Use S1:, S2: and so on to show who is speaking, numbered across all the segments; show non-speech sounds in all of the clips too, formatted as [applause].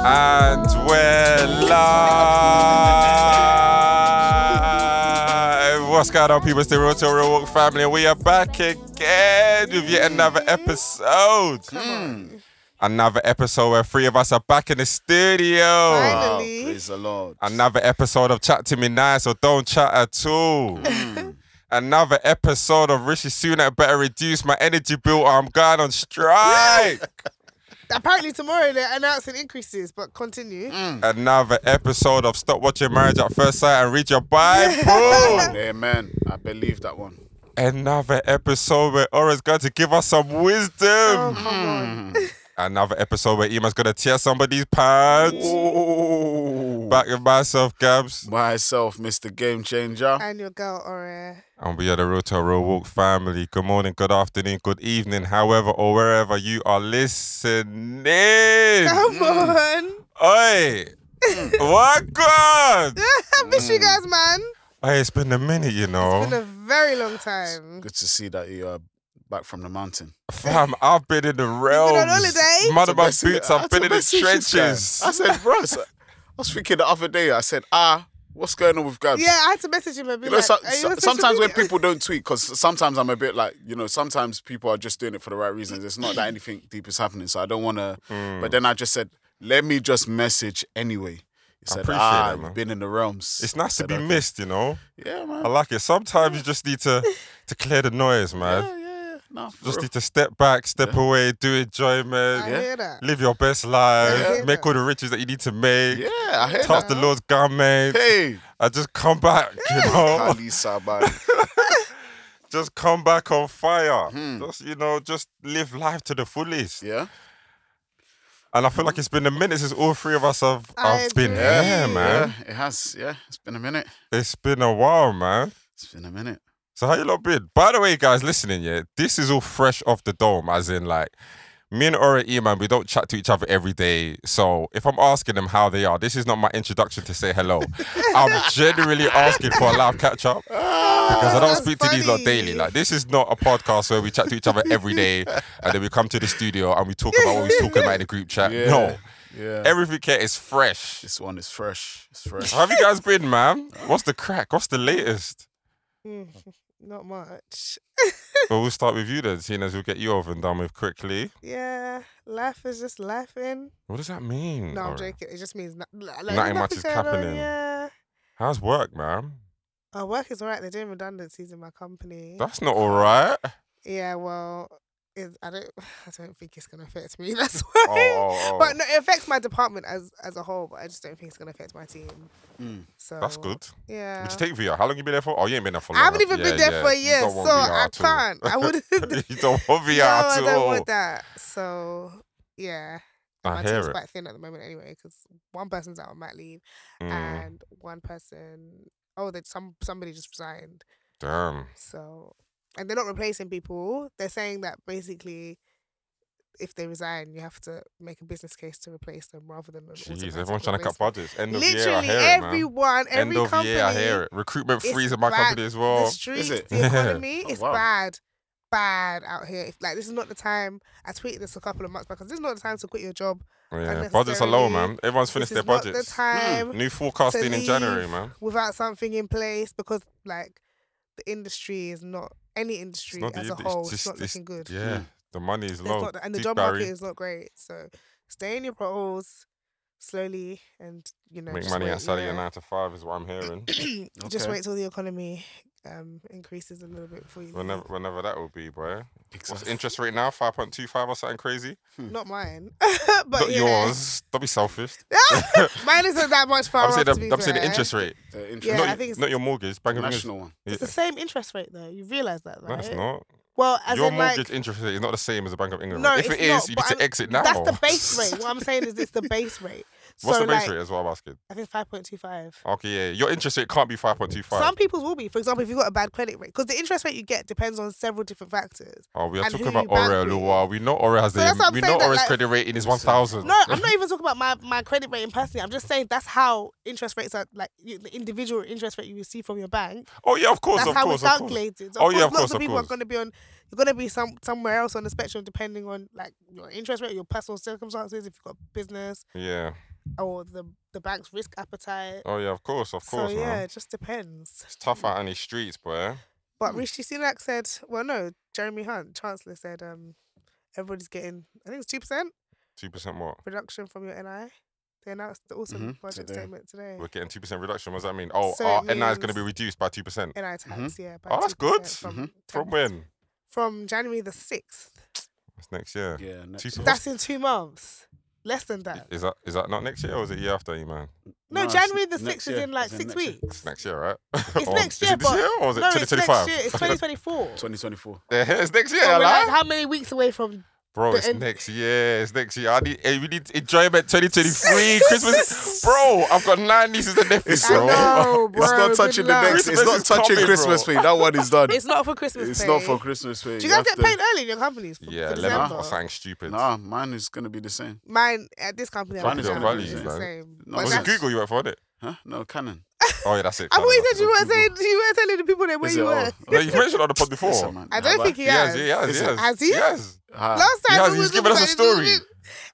S1: Ah, Shout out people to Real to Real Walk family. We are back again with yet another episode. Hmm. Another episode where three of us are back in the studio.
S2: Finally.
S3: Wow, praise the Lord.
S1: Another episode of Chat to Me Nice or Don't Chat at All. [laughs] Another episode of Rishi Sunak Better Reduce My Energy Bill or I'm going on strike.
S2: Apparently tomorrow they're announcing increases, but continue.
S3: Mm. [laughs]
S1: Another episode of Stop Watching Marriage at First Sight and Read Your
S2: [laughs]
S1: Bible.
S3: Oh, Amen. I believe that one.
S1: Another episode where Aura's going to give us some wisdom.
S2: Oh, come on.
S1: [laughs] Another episode where Ema's going to tear somebody's pants. Back with myself, Gabs.
S3: Myself, Mr. Game
S1: Oh.
S3: Changer.
S2: And your girl Aura.
S1: And we are the Real to Real Walk family. Good morning, good afternoon, good evening, however or wherever you are listening.
S2: Come on. [laughs]
S1: Oi! what God?
S2: I miss
S1: Mm.
S2: you guys, man.
S1: Hey, it's been a minute, you know.
S2: Been a very long time.
S3: Good to see that you are back from the mountain.
S1: Fam, I've been in the realms.
S2: on holiday?
S1: Mud of my
S3: Message-
S1: boots,
S3: I
S1: I've been
S3: had
S1: in
S3: to
S1: the
S3: message this guy.
S1: trenches.
S3: I said, bro, I said- I was thinking the other day, I said, ah, what's going on with Gabs?
S2: Yeah, I had to message him and be
S3: You know,
S2: like,
S3: so-
S2: "Are you
S3: so-
S2: on social
S3: sometimes when
S2: media?"
S3: people don't tweet, because sometimes I'm a bit like, you know, sometimes people are just doing it for the right reasons. It's not that anything deep is happening, so I don't want to.
S1: Mm.
S3: But then I just said, let me just message anyway. He said,
S1: appreciate
S3: ah,
S1: that, man.
S3: you've been in the realms.
S1: It's nice to
S3: Said,
S1: be
S3: "Okay."
S1: missed, you know.
S3: Yeah, man.
S1: I like it. Sometimes you just need to to clear the noise, man.
S3: yeah, yeah, yeah. Nah, for
S1: Just
S3: real.
S1: need to step back, step away, do enjoyment,
S2: I hear that.
S1: live your best life,
S2: Yeah.
S1: make all the riches that you need to make,
S3: Yeah, I heard
S1: touch
S3: that.
S1: the Lord's garment,
S3: Hey,
S1: and just come back, you know,
S3: Ali Saban.
S1: [laughs] just come back on fire. Just you know, just live life to the fullest.
S3: Yeah,
S1: [laughs] And I feel like it's been a minute since all three of us have,
S2: I
S1: have been
S2: agree.
S1: here,
S2: Yeah,
S1: man.
S3: yeah, it has. Yeah, it's been a minute.
S1: It's been a while, man.
S3: It's been a minute.
S1: So how you lot been? By the way, guys, listening, yeah, this is all fresh off the dome, as in like me and Ora E man, we don't chat to each other every day. So if I'm asking them how they are, this is not my introduction to say
S2: [laughs]
S1: hello. I'm generally asking for a live catch up. Because I don't
S2: Oh, That's
S1: speak to these lot daily.
S2: funny.
S1: Like this is not a podcast where we chat to each other every day and then we come to the studio and we talk about what we're talking about in the group chat.
S3: Yeah.
S1: No.
S3: Yeah,
S1: Everything here is fresh.
S3: this one is fresh. It's fresh.
S1: How have you guys been, man? What's the crack? What's the latest?
S2: Mm, not much.
S1: Well, we'll start with you then, seeing as we'll get you over and done with quickly.
S2: Yeah, life is just laughing.
S1: What does that mean?
S2: No, I'm
S1: Lauren?
S2: joking. It just means no- like,
S1: Mm, Nothing much is
S2: going on,
S1: happening.
S2: Yeah.
S1: How's work, man?
S2: Our work is alright. They're doing redundancies in my company.
S1: That's not all right.
S2: [laughs] Yeah, well, it's, I don't, [sighs] I don't think it's gonna affect me. [laughs] That's why.
S1: oh, oh.
S2: But no, it affects my department as as a whole. But I just don't think it's gonna affect my team.
S3: Mm.
S2: So
S1: That's good.
S2: Yeah.
S1: Would you take VR? How long you been there for? Oh, you ain't been there for long.
S2: I haven't
S1: have
S2: even
S1: you?
S2: been
S1: Yeah,
S2: there for a
S1: yeah. You
S2: year,
S1: don't
S2: so
S1: want VR
S2: I
S1: at all.
S2: can't. I [laughs] wouldn't.
S1: [laughs] you don't want VR
S2: no, I
S1: at
S2: don't
S1: all.
S2: want that. So yeah,
S1: I
S2: my
S1: hear
S2: team's
S1: it.
S2: quite thin at the moment anyway, because one person's out on mat leave
S1: Mm,
S2: and one person. Oh, that some somebody just resigned.
S1: damn.
S2: So, and they're not replacing people. They're saying that basically, if they resign, you have to make a business case to replace them rather than. an
S1: Jeez,
S2: automatic
S1: everyone's trying to cut
S2: replacement.
S1: budgets. End of year, I
S2: Literally,
S1: hear it, man.
S2: everyone, every
S1: End of
S2: company,
S1: year, I hear it. Recruitment
S2: it's
S1: freeze at my
S2: bad.
S1: company as well.
S2: the streets,
S3: it?
S2: the
S1: Yeah. [laughs]
S2: economy,
S3: Oh,
S2: it's
S3: wow.
S2: bad, bad out here. If, like, this is not the time. I tweeted this a couple of months back because this is not the time to quit your job.
S1: yeah, budgets are low,
S2: unnecessarily.
S1: man. Everyone's finished
S2: this
S1: their
S2: is not the
S1: budgets. Hmm.
S2: time
S1: New forecasting in
S2: leave.
S1: January, man.
S2: without something in place because, like, the industry is not any industry
S1: not the
S2: as a
S1: ind- it's
S2: whole. It's,
S1: just-
S2: not
S1: it's-
S2: looking good.
S1: Yeah, the money is
S2: There's
S1: low.
S2: not- and the
S1: Dick
S2: job
S1: Barry,
S2: market is not great. So stay in your roles slowly and you know
S1: make
S2: just
S1: money
S2: wait,
S1: outside of your
S2: yeah.
S1: nine to five is what I'm hearing.
S2: [clears throat] Just
S3: Okay.
S2: wait till the economy um, increases a little bit for you.
S1: whenever, whenever that will be, boy.
S3: [laughs]
S1: What's
S3: Exactly.
S1: interest rate now? Five point two five or something crazy.
S2: Not mine, [laughs] but
S1: Not
S2: yeah.
S1: yours. Don't be
S2: [laughs]
S1: selfish. [laughs]
S2: mine isn't that much far
S1: I'm
S2: off.
S1: saying
S2: to
S1: the,
S2: be
S1: I'm saying the
S2: fair.
S1: interest rate.
S3: The interest-
S2: Yeah,
S1: not,
S2: I
S1: y-
S2: think it's-
S1: not your mortgage. Bank of England.
S3: national one.
S1: Yeah,
S2: It's the same interest rate though. You realise that, right?
S1: that's not.
S2: Well, as
S1: your
S2: in like
S1: mortgage interest rate is not the same as a Bank of England.
S2: No,
S1: rate. if
S2: it's
S1: it is,
S2: not,
S1: you
S2: but
S1: need to
S2: I'm-
S1: exit now.
S2: that's the
S1: [laughs]
S2: base rate. What I'm saying is it's the base rate.
S1: What's
S2: so
S1: the base
S2: like,
S1: rate? Is what I'm asking.
S2: I think five point two five.
S1: Okay, yeah, your interest rate can't be five point two five.
S2: Some people's will be, for example, if you've got a bad credit rate, because the interest rate you get depends on several different factors.
S1: Oh, we are
S2: and
S1: talking
S2: who
S1: about
S2: you bank
S1: Oreo
S2: with.
S1: Luwa. We know Oreo has
S2: So
S1: the
S2: that's what I'm
S1: we
S2: saying,
S1: know
S2: that,
S1: Oreo's
S2: like-
S1: credit rating is one thousand.
S2: No, I'm
S1: [laughs]
S2: not even talking about my, my credit rating personally. I'm just saying that's how interest rates are like you, the individual interest rate you receive from your bank.
S1: Oh yeah, of course,
S2: That's
S1: of
S2: how
S1: course,
S2: it's
S1: of course.
S2: calculated. So
S1: Oh, yeah, of
S2: lots
S1: course,
S2: of
S1: of
S2: people
S1: course.
S2: are going to be on. You're going to be some somewhere else on the spectrum depending on like your interest rate, your personal circumstances, if you've got business
S1: Yeah.
S2: or the the the bank's risk appetite.
S1: Oh yeah, of course, of course,
S2: so yeah,
S1: man.
S2: it just depends.
S1: It's tough out in these streets, boy.
S2: But
S1: Hmm.
S2: Rishi Sunak said, well, no, Jeremy Hunt, Chancellor, said um, everybody's getting, I think it's 2%
S1: Two percent more.
S2: reduction from your NI. They announced the
S1: Mm-hmm.
S2: also
S3: Mhm,
S2: budget
S3: today.
S2: statement today.
S1: We're getting two percent reduction. What does that mean? Oh,
S2: So
S1: our
S2: it
S1: NI is going to
S2: means-
S1: be reduced by two percent.
S2: NI
S3: Mm-hmm.
S2: tax, yeah. by
S1: Oh, that's good.
S2: 2% From,
S1: From
S2: ten-
S1: when?
S2: from January the 6th.
S1: It's next year.
S3: Yeah, next
S1: Two
S3: year.
S1: percent.
S2: That's in two months. Less than that.
S1: Is that is that not next year or is it year after? You man,
S2: No,
S3: it's
S2: January the
S3: next
S2: 6th is
S3: year.
S2: in like
S3: It's
S2: six
S3: next year.
S2: weeks.
S1: it's next year, right? [laughs]
S2: It's
S1: Or is
S2: next year,
S1: it this
S2: but-
S1: year or is it
S2: No, it's next
S1: 2025?
S2: year.
S3: [laughs]
S2: It's 2024.
S3: 2024.
S1: Their hair's next year,
S2: So we're
S1: like.
S2: like how many weeks away from
S1: Bro,
S2: the
S1: it's
S2: end-
S1: next year. It's next year. I need, eh, we need enjoyment
S2: [laughs]
S1: 2023. Christmas. Bro, I've got nine nieces and nephews,
S3: It's
S2: I
S1: bro.
S2: [laughs] know,
S3: [laughs]
S2: bro.
S3: It's not
S2: good
S3: touching the
S2: luck.
S3: next.
S1: Christmas
S3: it's not
S1: is
S3: touching
S1: coming,
S3: Christmas
S1: bro.
S3: pay. That one is done.
S2: It's not for Christmas.
S3: It's
S2: pay.
S3: not for Christmas pay.
S2: Do you guys
S3: have
S2: get paid early in your companies? For,
S1: Yeah,
S2: for
S1: lemon
S2: December?
S1: or something stupid.
S3: Nah, mine is gonna be the same.
S2: Mine at this company,
S3: Mine
S2: I'm
S3: is
S2: just
S3: on
S2: gonna be
S3: values,
S2: the
S1: man.
S2: same.
S1: Was
S3: No,
S2: But
S3: it's
S1: it
S2: that's-
S3: that's-
S1: Google you work for, it?
S3: Huh? No, Canon.
S1: Oh, yeah, that's it.
S2: I've
S1: Canon,
S2: always
S1: that's
S2: said you
S1: it.
S2: weren't saying you weren't telling the people that where
S3: Is
S2: you
S3: it
S2: were.
S3: all-
S1: No, you've mentioned it on the pod before.
S3: [laughs] Listen, man.
S2: [laughs] I don't
S3: Nah,
S2: think he
S1: He has,
S2: has.
S1: he has,
S3: Is
S1: he
S3: it?
S1: has.
S2: Has he?
S1: Yes.
S3: but- Ah,
S2: Last
S1: He
S2: time
S1: has.
S2: we
S1: He's
S2: was
S1: given us a
S2: talking about
S1: story.
S2: it,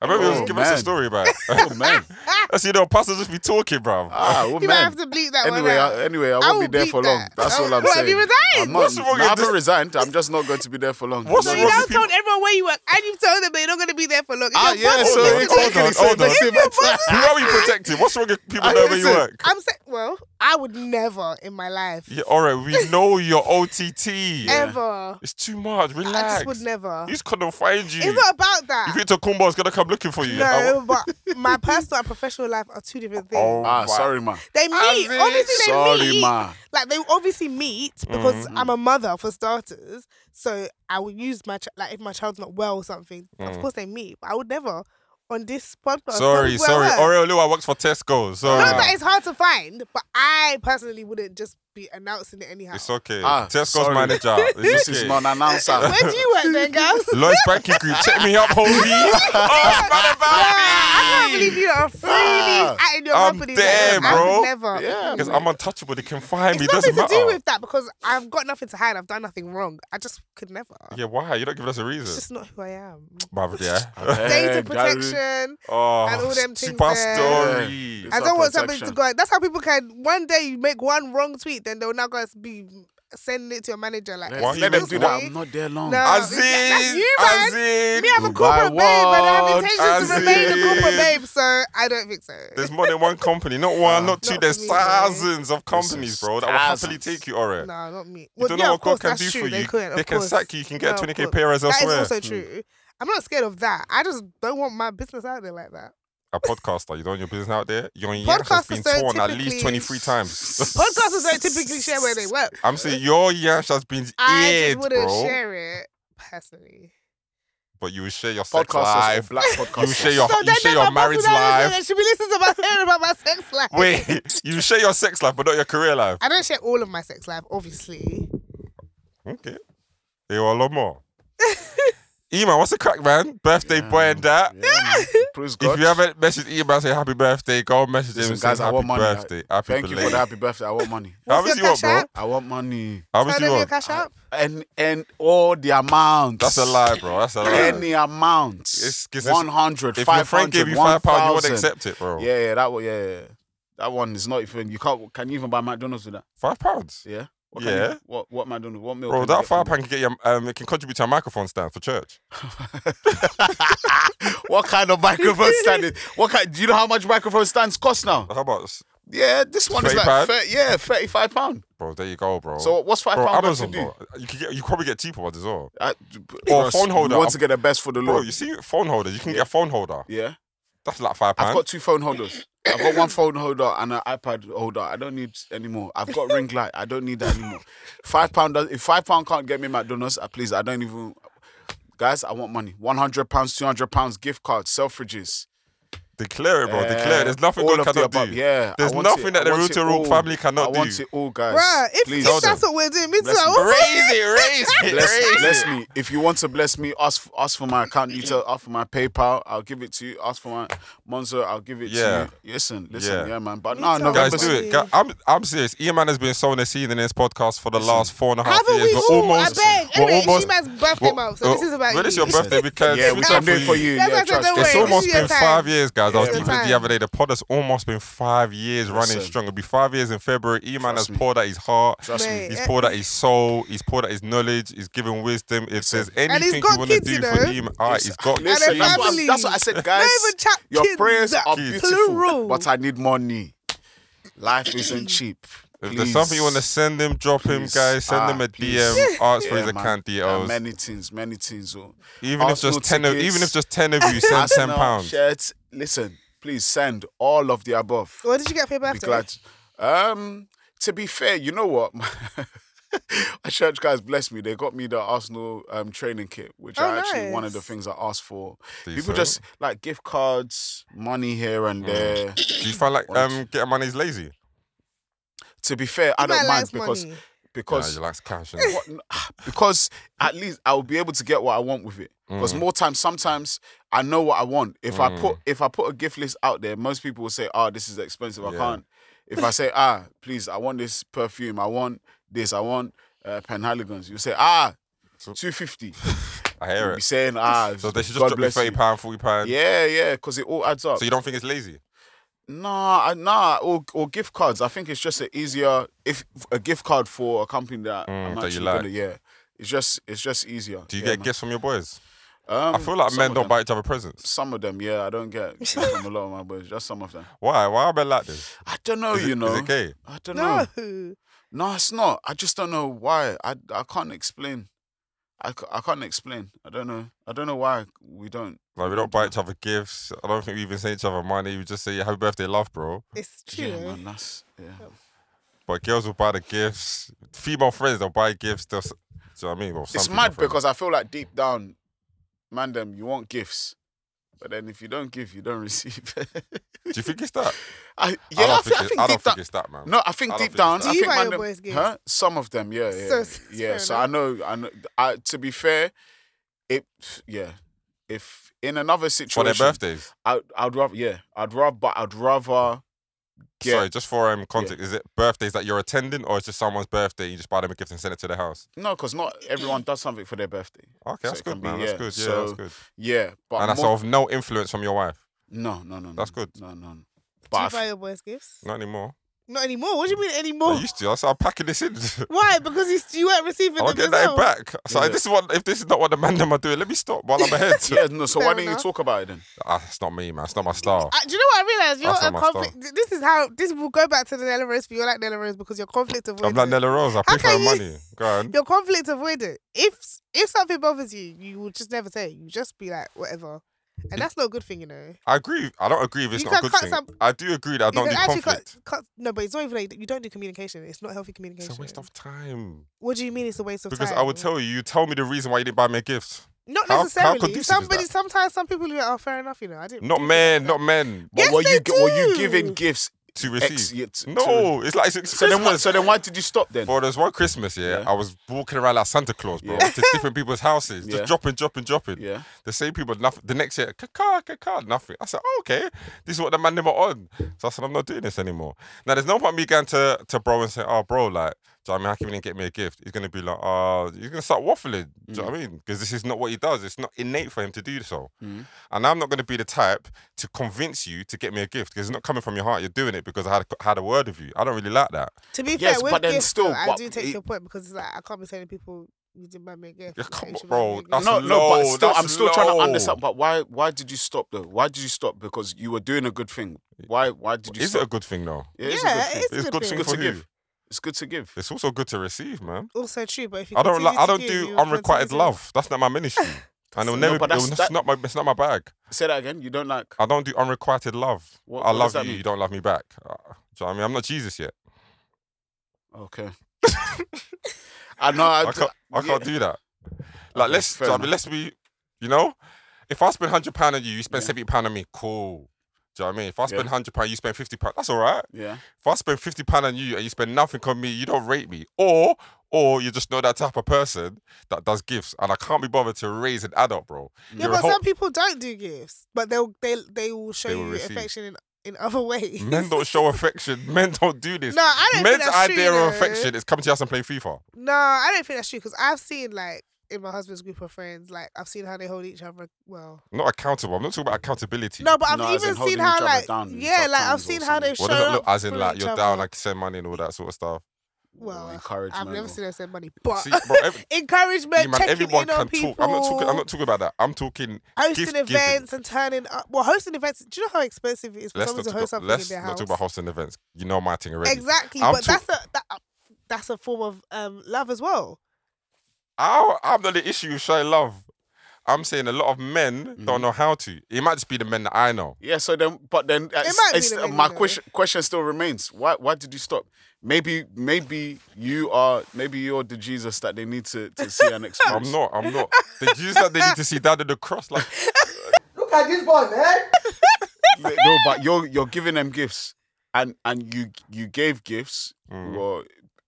S1: I remember he was
S3: Oh,
S1: giving us a
S3: man.
S1: story, bro.
S3: [laughs] Oh man.
S1: [laughs]
S2: [laughs]
S1: That's, you know, pastors just be talking, bro.
S3: Ah, well,
S2: You might
S3: man.
S2: have to bleep that
S3: Anyway, uh,
S2: one out.
S3: I, anyway, I
S2: I
S3: won't
S2: will
S3: be there
S2: beat
S3: for long.
S2: that.
S3: That's
S2: Oh,
S3: all I'm
S2: what,
S3: saying.
S2: have you resigned?
S3: I'm not,
S1: What's wrong with
S3: nah, I haven't
S1: this?
S3: resigned. I'm just not going to be there for long.
S1: What's
S2: So
S3: I'm
S1: wrong
S2: you
S1: with
S3: not-
S2: now
S1: people-
S2: told everyone where you work, and you've told them that you're not going to be there for long. If
S3: Ah,
S2: your
S3: yeah.
S2: boss
S1: Hold
S3: So
S1: on, hold on,
S2: is taking
S3: technically,
S2: it-
S3: so
S1: hold
S3: it makes
S1: on.
S3: it better.
S1: Who are we protecting? What's wrong with people know where you
S3: Listen.
S1: work?
S2: I'm saying, well, I would never in my life
S1: Yeah, all right, we know your
S2: [laughs]
S1: OTT.
S2: ever.
S1: It's too much.
S2: I just
S1: Relax.
S2: would never.
S1: He's gonna find you.
S2: It's not about
S1: you
S2: that.
S1: think Takumba's gonna come looking for you?
S2: Ah. No, but my personal and professional life are two different things.
S1: Oh,
S3: Ah,
S1: Wow.
S3: sorry, ma.
S2: They meet.
S1: Aziz.
S2: Obviously, they
S3: Sorry,
S2: meet.
S3: ma.
S2: Like they obviously meet because
S1: Mm-hmm.
S2: I'm a mother for starters. So I would use my ch- like if my child's not well or something. Of course they meet, but I would never on this
S1: Mm.
S2: podcast. tell
S1: sorry,
S2: people where
S1: sorry.
S2: I work.
S1: Oreo Lua works for Tesco. Sorry.
S2: Not that it's hard to find, but I personally wouldn't just be announcing it anyhow.
S1: it's okay.
S3: Ah,
S1: Tesco's
S3: sorry. [laughs]
S1: manager.
S3: This
S1: It's
S3: is
S1: okay.
S3: not an announcer.
S2: Where do you work then, girls?
S1: Lloyd's banking group. Check me up,
S2: [laughs]
S1: homie. oh, Spider
S2: I can't believe you are freely
S3: Ah,
S2: out in your
S1: I'm
S2: company.
S1: there,
S2: I
S1: bro.
S2: would never.
S3: Yeah,
S1: Because I'm untouchable. They can find me.
S2: It's
S1: Doesn't
S2: nothing to
S1: matter.
S2: do with that because I've got nothing to hide. I've done nothing wrong. I just could never.
S1: yeah, why? You're not giving us a
S2: It's
S1: reason.
S2: just not who I am.
S1: Brother, yeah.
S3: [laughs] Hey,
S2: Data
S3: Gary.
S2: protection.
S1: oh,
S2: And all them things
S1: super
S2: there.
S1: story.
S3: Yeah. It's
S2: I don't
S3: our
S2: want something to
S3: protection.
S2: go. That's how people can. One day you make one wrong tweet, then they'll now go and be sending it to your manager. Like,
S1: Why
S3: Let,
S1: you
S3: let them
S1: miss
S3: do
S1: one?
S3: that. I'm not there long.
S2: No, it's-
S1: Aziz,
S2: that's you, man.
S1: Aziz.
S2: Me, I'm a
S3: Goodbye,
S2: corporate babe, and I have
S3: world.
S2: intentions to remain a corporate
S1: Aziz.
S2: babe, so I don't think so.
S1: There's more than one company, not
S2: [laughs]
S1: one, not two.
S2: Not
S1: there's
S2: me, bro.
S1: thousands of companies,
S3: is
S1: bro, that will happily
S3: thousands.
S1: take you, alright.
S2: No, not me.
S1: You
S2: Well,
S1: don't
S2: yeah,
S1: know what
S2: of
S1: God
S2: course,
S1: can
S2: that's
S1: do
S2: true.
S1: for
S2: They,
S1: you.
S2: couldn't, of
S1: They can
S2: course.
S1: sack you. You can get
S2: No,
S1: a
S2: of
S1: 20k
S2: course.
S1: pay rise
S2: That is
S1: elsewhere. Hmm.
S2: also true. I'm not scared of that. I just don't want my business out there like that.
S1: A podcaster, you don't your business out there.
S2: [laughs]
S1: Your yanks has
S2: Podcasters
S1: been
S2: don't
S1: torn at least
S2: typically-
S1: 23 times. [laughs]
S2: Podcasters don't typically share where they work.
S1: I'm
S2: [laughs]
S1: saying your yanks has been
S2: I
S1: eared,
S2: just wouldn't
S1: bro.
S2: share it personally.
S1: But you will share your sex
S3: Podcasters, or
S1: life.
S3: black
S1: You
S3: podcasters.
S1: share your you share your marriage life.
S2: Should we listen to my [laughs] hearing about my sex life?
S1: [laughs] Wait, you share your sex life, but not your career life.
S2: I don't share all of my sex life, obviously.
S1: Okay. They were a lot
S2: [laughs]
S1: more. Eman, what's the crack, man? Birthday boy and that.
S3: [laughs] Yeah, man. Praise God.
S1: If you haven't messaged Eman, say happy birthday. Go message him
S3: Listen,
S1: and say
S3: guys, I
S1: happy
S3: want money.
S1: birthday. Happy
S3: Thank you for
S1: belated.
S3: the happy birthday. I want money.
S1: How
S2: What's
S1: much you
S2: your
S1: want,
S2: cash
S1: bro?
S2: app?
S3: I want money.
S1: How
S2: Tell
S1: much you
S2: them your
S1: want?
S2: cash app.
S3: And and all the amounts.
S1: That's a lie, bro. That's a
S2: [laughs]
S1: lie.
S3: Any amount.
S1: It's- 'cause it's-
S3: 100,
S1: If
S3: 500,
S1: your friend gave you five pounds, you would
S3: 1,000.
S1: accept it, bro.
S3: Yeah, yeah, that one, yeah, yeah. That one is not even, you can't, can you even buy McDonald's with that?
S1: Five pounds.
S3: Yeah? What can you-
S1: Yeah.
S3: what, what McDonald's, what milk?
S1: Bro,
S3: can you
S1: that
S3: get from
S1: five pound can get you, um, it can contribute to a microphone stand for church.
S3: What kind of [laughs] microphone stand is? What kind? Do you know how much microphone stands cost now?
S1: How about, s-
S3: Yeah, this one is
S1: 30
S3: like
S1: pound?
S3: 30, yeah, thirty-five pound.
S1: bro? There you go, bro.
S3: So what's five
S1: bro,
S3: pound
S1: Oh. Amazon,
S3: got to do?
S1: bro. You can get, you probably get cheaper ones as well,
S3: I,
S1: Or a phone holder.
S3: You want to get the best for the
S1: bro.
S3: Lord.
S1: You see phone holders? You can get a phone holder.
S3: yeah,
S1: That's like five
S3: I've
S1: pounds.
S3: got two phone holders. I've got one phone holder and an iPad holder. I don't need any more. I've got ring light. I don't need that anymore. Five pound. does- If five pound can't get me McDonald's, I please. I don't even. Guys, I want money. One hundred pounds, two hundred pounds, gift cards, Selfridges.
S1: Declare it, bro.
S3: Yeah,
S1: Declare it. There's nothing
S3: all
S1: God
S3: of the
S1: cannot
S3: above.
S1: do.
S3: Yeah, I
S1: There's
S3: want it-
S1: nothing that
S3: I
S1: the
S3: want it
S1: Root to Root
S3: all.
S1: family cannot
S3: I want
S1: do.
S3: it all, guys.
S2: Bruh, if,
S3: Please,
S1: tell
S2: if that's
S1: them.
S2: what we're doing, me too.
S3: Bless
S2: I
S3: them.
S2: will-
S1: Raise
S2: [laughs]
S1: it, raise it,
S3: bless,
S1: raise
S3: bless
S1: it.
S3: me. If you want to bless me, ask ask for my account detail, ask for my PayPal. I'll give it to you. Ask for my Monzo. I'll give it
S1: Yeah.
S3: to you. Listen, listen,
S1: Yeah.
S3: yeah, man. But
S2: Me
S3: no,
S2: too.
S3: no,
S1: Guys,
S2: Remember
S1: do it.
S2: something.
S1: Gu- I'm, I'm serious. Ian Man has been sowing the seed in this podcast for the last four and a half
S2: Haven't
S1: years.
S2: we
S1: We're
S2: all?
S1: almost,
S2: I beg. anyway, it's
S1: almost-
S2: Shima's birthday
S1: Well,
S2: month, so this
S1: uh,
S2: is about
S1: well,
S2: you.
S1: it's your birthday because
S3: Yeah, we
S1: it's
S3: can
S1: not
S3: do it for you.
S2: That's
S3: yeah,
S2: what I said,
S3: trust
S2: don't
S3: me.
S1: It's
S2: Wait,
S1: almost
S2: this is your
S1: been
S2: time.
S1: five years, guys. I was
S3: This is
S1: thinking
S2: your
S1: it the
S2: time.
S1: other day. The pod has almost been five years running
S3: Listen.
S1: strong. It'll be five years in February. E-Man has
S3: Trust me.
S1: poured out his heart.
S3: Trust me.
S2: Mate.
S1: He's
S2: Yeah.
S1: poured out his soul. He's poured out his knowledge. He's given wisdom. If there's
S2: he's
S1: anything
S2: got
S1: you want to
S2: kids,
S1: do
S2: you
S1: for
S2: know.
S1: him, all right, he's got
S2: Listen,
S1: kids.
S2: And a
S3: that's, what,
S2: family.
S3: that's what I said, guys.
S2: Not even chat
S3: your
S2: kids,
S3: prayers are
S1: kids.
S3: beautiful,
S2: Plural.
S3: but I need money. Life isn't cheap.
S1: If
S3: Please.
S1: there's something you want to send him, drop him,
S3: Please.
S1: guys. Send
S3: Ah,
S1: him a
S3: please.
S1: DM. Ask for
S3: Yeah,
S1: his
S3: man.
S1: account
S3: There are
S1: details.
S3: Many things, many things. Oh.
S1: Even if
S3: Arsenal
S1: just ten, of,
S3: tickets,
S1: even if just ten of
S3: [laughs]
S1: you send ten
S3: Arsenal
S1: pounds.
S3: Shirts. Listen, please send all of the above.
S2: What did you get for your
S3: Be
S2: birthday?
S3: glad. Um, to be fair, you know what? [laughs] My church guys blessed me. They got me the Arsenal um, training kit, which
S2: Oh,
S3: are actually one of the
S2: nice.
S3: things I asked for. People
S1: Decent.
S3: just like gift cards, money here
S1: Mm.
S3: and there.
S1: Do you find like
S3: What?
S1: um getting money's lazy?
S3: to be fair, I
S2: man
S3: don't mind
S2: likes
S3: because
S2: money.
S1: Nah,
S3: because
S1: you like cash.
S3: [laughs]
S1: innit?
S3: what- because at least I'll be able to get what I want with it. Because
S1: Mm.
S3: more times, sometimes I know what I want. If I put if I put a gift list out there, most people will say, "Oh, this is expensive. I
S1: Yeah.
S3: can't." If I say, "Ah, please, I want this perfume. I want this. I want uh, Penhaligans," you say, "Ah,
S1: [laughs]
S3: two fifty.
S1: I hear
S3: You'll be
S1: it.
S3: saying, "Ah,
S1: [laughs] So they should just
S3: God
S1: drop you
S3: bless
S1: thirty pound, forty pound.
S3: Yeah, yeah, because it all adds up.
S1: So you don't think it's lazy?
S3: Nah, I- nah, or, or gift cards. I think it's just an easier if a gift card for a company that I'm
S1: Mm, that you
S3: actually
S1: like.
S3: gonna yeah. It's just it's just easier.
S1: Do you
S3: yeah,
S1: get
S3: man.
S1: gifts from your boys?
S3: Um,
S1: I feel like
S3: some
S1: men
S3: of
S1: don't
S3: them-
S1: buy each other presents.
S3: some of them. Yeah, I don't
S1: [laughs]
S3: get gifts from a lot of my boys. Just some of them.
S1: Why? Why are men like this?
S3: I don't know.
S1: Is it-
S3: Oh, you
S1: is
S3: know,
S1: it gay?
S3: I don't
S2: No.
S3: know. No, it's not. I just don't know why. I I can't explain. I, ca- I can't explain. I don't know. I don't know why we don't.
S1: Like we don't buy each other gifts. I don't think we even send each other money. We just say happy birthday, love, bro.
S2: It's true.
S1: eh?
S3: Yeah, man. That's yeah.
S1: But girls will buy the gifts. Female friends they'll buy gifts. They'll, s- do you know what I mean? Well, some
S3: it's
S1: female
S3: mad
S1: friends-
S3: because I feel like deep down, man, them you want gifts, but then if you don't give, you don't [laughs] receive.
S1: do you think it's
S3: [laughs]
S1: that?
S3: I,
S1: I
S3: yeah, I,
S1: don't
S3: think, I
S1: it-
S3: think
S1: I
S3: deep
S1: don't think
S3: down.
S1: it's that, man.
S3: No, I
S1: I
S3: think
S1: don't
S3: deep
S1: think
S3: down.
S1: it's
S2: that.
S3: I
S2: Do you
S3: think
S2: buy
S3: man
S2: your
S3: them-
S2: boys gifts?
S3: Huh? Some of them, yeah, yeah,
S2: So-
S3: yeah.
S2: so [laughs] it's
S3: yeah.
S2: fair
S3: So
S2: enough.
S3: I know, I know. I, to be fair, it, yeah. If in another
S1: for
S3: situation,
S1: their birthdays.
S3: I, I'd rather, yeah, I'd rather, but I'd rather get.
S1: Sorry, just for um context, is it birthdays that you're attending, or it's just someone's birthday? You just buy them a gift and send it to their house.
S3: No, because not everyone does something for their birthday.
S1: Okay,
S3: So
S1: that's
S3: it can
S1: good,
S3: be,
S1: man.
S3: yeah,
S1: That's good. Yeah, that's
S3: so-
S1: good.
S3: Yeah, but
S1: And that's
S3: more,
S1: of no influence from your wife.
S3: no, no, no, no.
S1: That's good.
S3: No, no. no.
S2: Do
S3: I
S2: you
S3: f-
S2: buy your boys gifts?
S1: Not anymore.
S2: Not anymore. What do you mean anymore?
S1: I used to. I started packing this in. [laughs]
S2: Why? Because you, you weren't receiving
S1: I'll
S2: them
S1: get that
S2: yourself.
S1: back. So
S3: Yeah.
S1: this is what if this is not what the man them are doing, let me stop while
S2: [laughs]
S1: I'm ahead.
S3: Yeah, no. So
S2: Fair
S3: why don't you
S2: enough.
S3: talk about it then?
S1: ah, it's not me, man. It's not my style.
S2: Uh, do you know what I realized?
S1: That's
S2: You're
S1: not
S2: a
S1: my style.
S2: conflict. th- This is how this will go back to the Nella Rose. But you're like Nella Rose because you're conflict avoidant.
S1: I'm like Nella Rose. I pay for
S2: can
S1: her
S2: you-
S1: money. Go on.
S2: You're conflict avoidant. If s- if something bothers you, you will just never say. it. You just be like whatever, and that's not a good thing, you know.
S1: I agree. I don't agree if it's
S2: You
S1: not a
S2: can
S1: good
S2: cut
S1: thing.
S2: some-
S1: I do agree that I don't
S2: you
S1: do
S2: can
S1: conflict.
S2: Cut, cut, no, but it's not even like you don't do communication. It's not healthy communication.
S1: It's a waste of time.
S2: What do you mean? It's a waste of
S1: Because
S2: time.
S1: I would tell you, you tell me the reason why you didn't buy me a gift.
S2: Not
S1: how- how
S2: necessarily.
S1: conducive is
S2: Somebody
S1: that?
S2: sometimes some people are like, oh, fair enough, you know. I didn't.
S1: Not
S2: do
S1: men,
S2: that."
S1: not men
S3: But
S2: Yes,
S3: were you
S2: they
S3: gi- were you
S2: do.
S3: giving gifts?
S1: to
S3: Ex-
S1: receive.
S3: yeah, t- to-
S1: No, it's like it's
S3: So then, what,
S1: Christmas.
S3: so then why did you stop then?
S1: Bro, there's one Christmas, yeah,
S3: Yeah.
S1: I was walking around like Santa Claus, bro,
S3: Yeah.
S1: to different people's houses, just
S3: Yeah.
S1: dropping, dropping, dropping.
S3: Yeah.
S1: The same people, nothing. The next year, kaka, kaka, nothing. I said, oh, okay, this is what the man never on. So I said, I'm not doing this anymore. Now, there's no point me going to, to bro and say, oh, bro, like, do you know what I mean? How can you didn't get me a gift? He's going to be like, oh, he's going to start waffling. Do you know what I mean? Because this is not what he does. It's not innate for him to do so. And I'm not going to be the type to convince you to get me a gift because it's not coming from your heart. You're doing it because I had, had a word with you. I don't really like that.
S2: To be
S3: Yes,
S2: fair, with
S3: but then
S2: gifts,
S3: still,
S2: though, I
S3: but
S2: do take
S3: it-
S2: your point because it's like I can't be telling people you didn't buy me a gift.
S1: Yeah,
S2: like,
S1: come
S2: you
S1: on,
S2: should buy
S1: bro,
S2: me a gift.
S1: that's
S3: No, no, but
S1: low,
S3: still, I'm
S1: that's
S3: still trying
S1: low.
S3: to understand. But why? Why did you stop though? Why did you stop? Because you were doing a good thing. Why? Why did you
S1: Is it a
S3: stop?
S1: good thing though?
S3: Yeah, it's
S2: Yeah,
S3: a good
S2: it
S3: thing.
S1: It's
S2: a
S1: good
S2: good
S1: thing
S2: thing.
S3: It's
S1: for
S3: good to
S1: who?
S3: give. It's good to give.
S1: It's also good to receive, man.
S2: also true, but if you
S1: I don't
S2: continue
S1: like. I
S2: to
S1: don't
S2: give, you
S1: do
S2: will
S1: unrequited
S2: continue to-
S1: love. That's not my
S2: [laughs]
S1: ministry, and it'll
S3: No,
S1: never.
S3: but
S1: it'll-
S3: that's-
S1: that's
S3: that-
S1: not my. It's not my bag.
S3: Say that again. You don't like.
S1: I don't do unrequited love.
S3: What-
S1: I
S3: what does
S1: love
S3: that
S1: you.
S3: mean?
S1: You don't love me back. Uh, do you know what I mean? I'm not Jesus yet. [laughs]
S3: Okay. I know. I,
S1: I can't. I
S3: yeah.
S1: can't do
S3: [laughs]
S1: that. Like
S3: Okay,
S1: let's. do you
S3: fair
S1: know what I mean?
S3: enough.
S1: let's be. You know, if I spend hundred pound on you, you spend seventy pound on me. Cool. Do you know what I mean? If I spend
S3: Yeah.
S1: hundred pound, you spend fifty pound. That's all right.
S3: Yeah.
S1: If I spend fifty pound on you and you spend nothing on me, you don't rate me, or or you're just not that type of person that does gifts, and I can't be bothered to raise an adult, bro.
S2: Yeah,
S1: You're a
S2: but
S1: whole-
S2: some people don't do gifts, but they'll they they will show
S1: They will
S2: you
S1: receive.
S2: affection in in other [laughs]
S1: [laughs]
S2: ways.
S1: Men don't show affection. Men don't do this.
S2: No, I don't
S1: Men's
S2: think that's
S1: idea
S2: true,
S1: of
S2: though.
S1: affection is come to your house and play FIFA.
S2: No, I don't think that's true because I've seen like in my husband's group of friends, like I've seen how they hold each other well.
S1: Not accountable. I'm not talking about accountability.
S2: No, but I've
S3: No, as in
S2: even
S3: holding
S2: seen how
S3: each other
S2: like
S3: down in
S2: yeah,
S3: tough
S2: like I've
S3: times or
S2: seen how they've
S1: well,
S2: shown
S1: doesn't look
S2: up
S1: as in
S2: for
S1: like
S2: each
S1: you're
S2: other.
S1: down, like send money and all that sort of stuff.
S2: well, I've
S3: encouragement
S2: never
S3: or-
S2: seen her send money, but
S1: See, bro, every-
S2: [laughs] encouragement,
S1: Yeah, man,
S2: checking
S1: everyone
S2: in on
S1: can
S2: people,
S1: talk. I'm not talking. I'm not talking about that. I'm talking.
S2: hosting
S1: gift giving.
S2: events and turning up. Well, hosting events. Do you know how expensive it is for
S1: Let's
S2: someone
S1: not
S2: to
S1: talk,
S2: host
S1: about,
S2: something
S1: let's
S2: in their
S1: not
S2: house?
S1: talk about hosting events. You know my thing already.
S2: exactly,
S1: I'm
S2: but
S1: talk-
S2: that's a that, uh, that's a form of um love as well.
S1: Ow, I'm not the issue with showing love. I'm saying a lot of men don't know how to. It might just be the men that I know.
S3: Yeah, so then, but then, it's,
S2: might be
S3: it's- uh,
S2: the main
S3: my
S2: reason.
S3: question question still remains: Why why did you stop? Maybe maybe you are maybe you're the Jesus that they need to, to see and
S1: [laughs]
S3: experience.
S1: I'm not. I'm
S2: [laughs]
S1: not. The Jews that they need to see down at the cross, like
S4: Look at this boy, man.
S3: no, but you're you're giving them gifts, and and you you gave gifts.
S1: Mm.
S3: Well,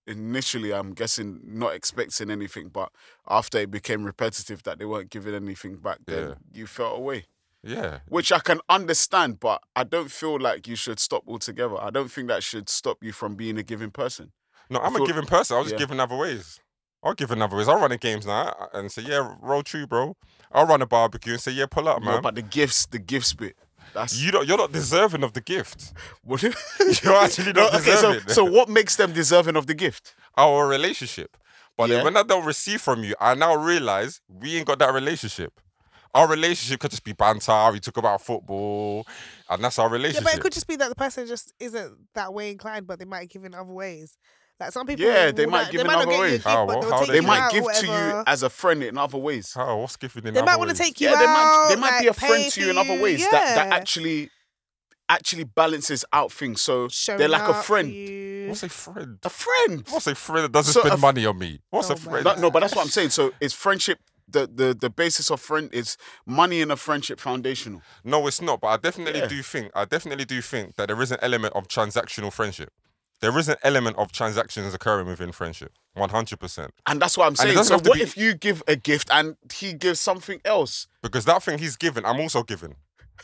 S3: initially, I'm guessing not expecting anything, but after it became repetitive that they weren't giving anything back, then
S1: Yeah.
S3: you felt away,
S1: yeah.
S3: which I can understand. But I don't feel like you should stop altogether. I don't think that should stop you from being a giving person.
S1: No, I'm
S3: I
S1: a
S3: thought-
S1: giving person. I'll just
S3: yeah.
S1: give in other ways. I'll give in other ways. I'll run in games now and say, yeah, roll true, bro. I'll run a barbecue and say, yeah, pull up,
S3: No,
S1: man.
S3: but the gifts, the gifts bit. That's
S1: you don't, you're not deserving of the gift. [laughs]
S3: what
S1: You're actually
S3: [laughs]
S1: not
S3: so,
S1: deserving.
S3: so what makes them deserving of the gift?
S1: Our relationship. But then
S3: Yeah.
S1: when I don't receive from you, I now realize we ain't got that relationship. Our relationship could just be banter. We talk about football, and that's our
S2: Yeah,
S1: relationship.
S2: but it could just be that the person just isn't that way inclined, but they might give in other ways. Like some people,
S3: Yeah, they
S2: will
S3: might
S2: not-
S3: give
S2: they
S3: in
S2: might not
S3: other
S2: get you a
S3: ways. Oh,
S2: gift,
S1: How-
S2: but they'll
S1: how
S2: take
S1: they
S3: They
S2: you
S3: might
S2: out,
S3: give to
S2: whatever.
S3: you as a friend in other ways.
S1: How? What's giving in
S2: They
S1: other
S2: might want to
S1: ways?
S2: take you
S3: yeah, they might
S2: out.
S3: they might be a
S2: like,
S3: friend
S2: pay
S3: to you in other
S2: for
S3: ways
S2: you,
S3: that, that
S2: yeah.
S3: actually actually balances out things. So they're
S2: Showing
S3: like a
S2: up for
S3: friend,
S2: you. [laughs]
S1: What's a friend?
S3: a friend.
S1: What's a friend that doesn't
S3: So
S1: spend
S3: a f-
S1: money on me? What's a
S2: Oh my
S1: friend?
S3: No, no, but that's what I'm saying. So it's friendship. The, the the basis of friend is money in a friendship foundational.
S1: No, it's not. But I definitely
S3: Yeah.
S1: do think I definitely do think that there is an element of transactional friendship. There is an element of transactions occurring within friendship. One hundred percent.
S3: And that's what I'm saying.
S1: doesn't
S3: So
S1: have to
S3: what
S1: be-
S3: if you give a gift and he gives something else?
S1: Because that thing he's given, I'm also given.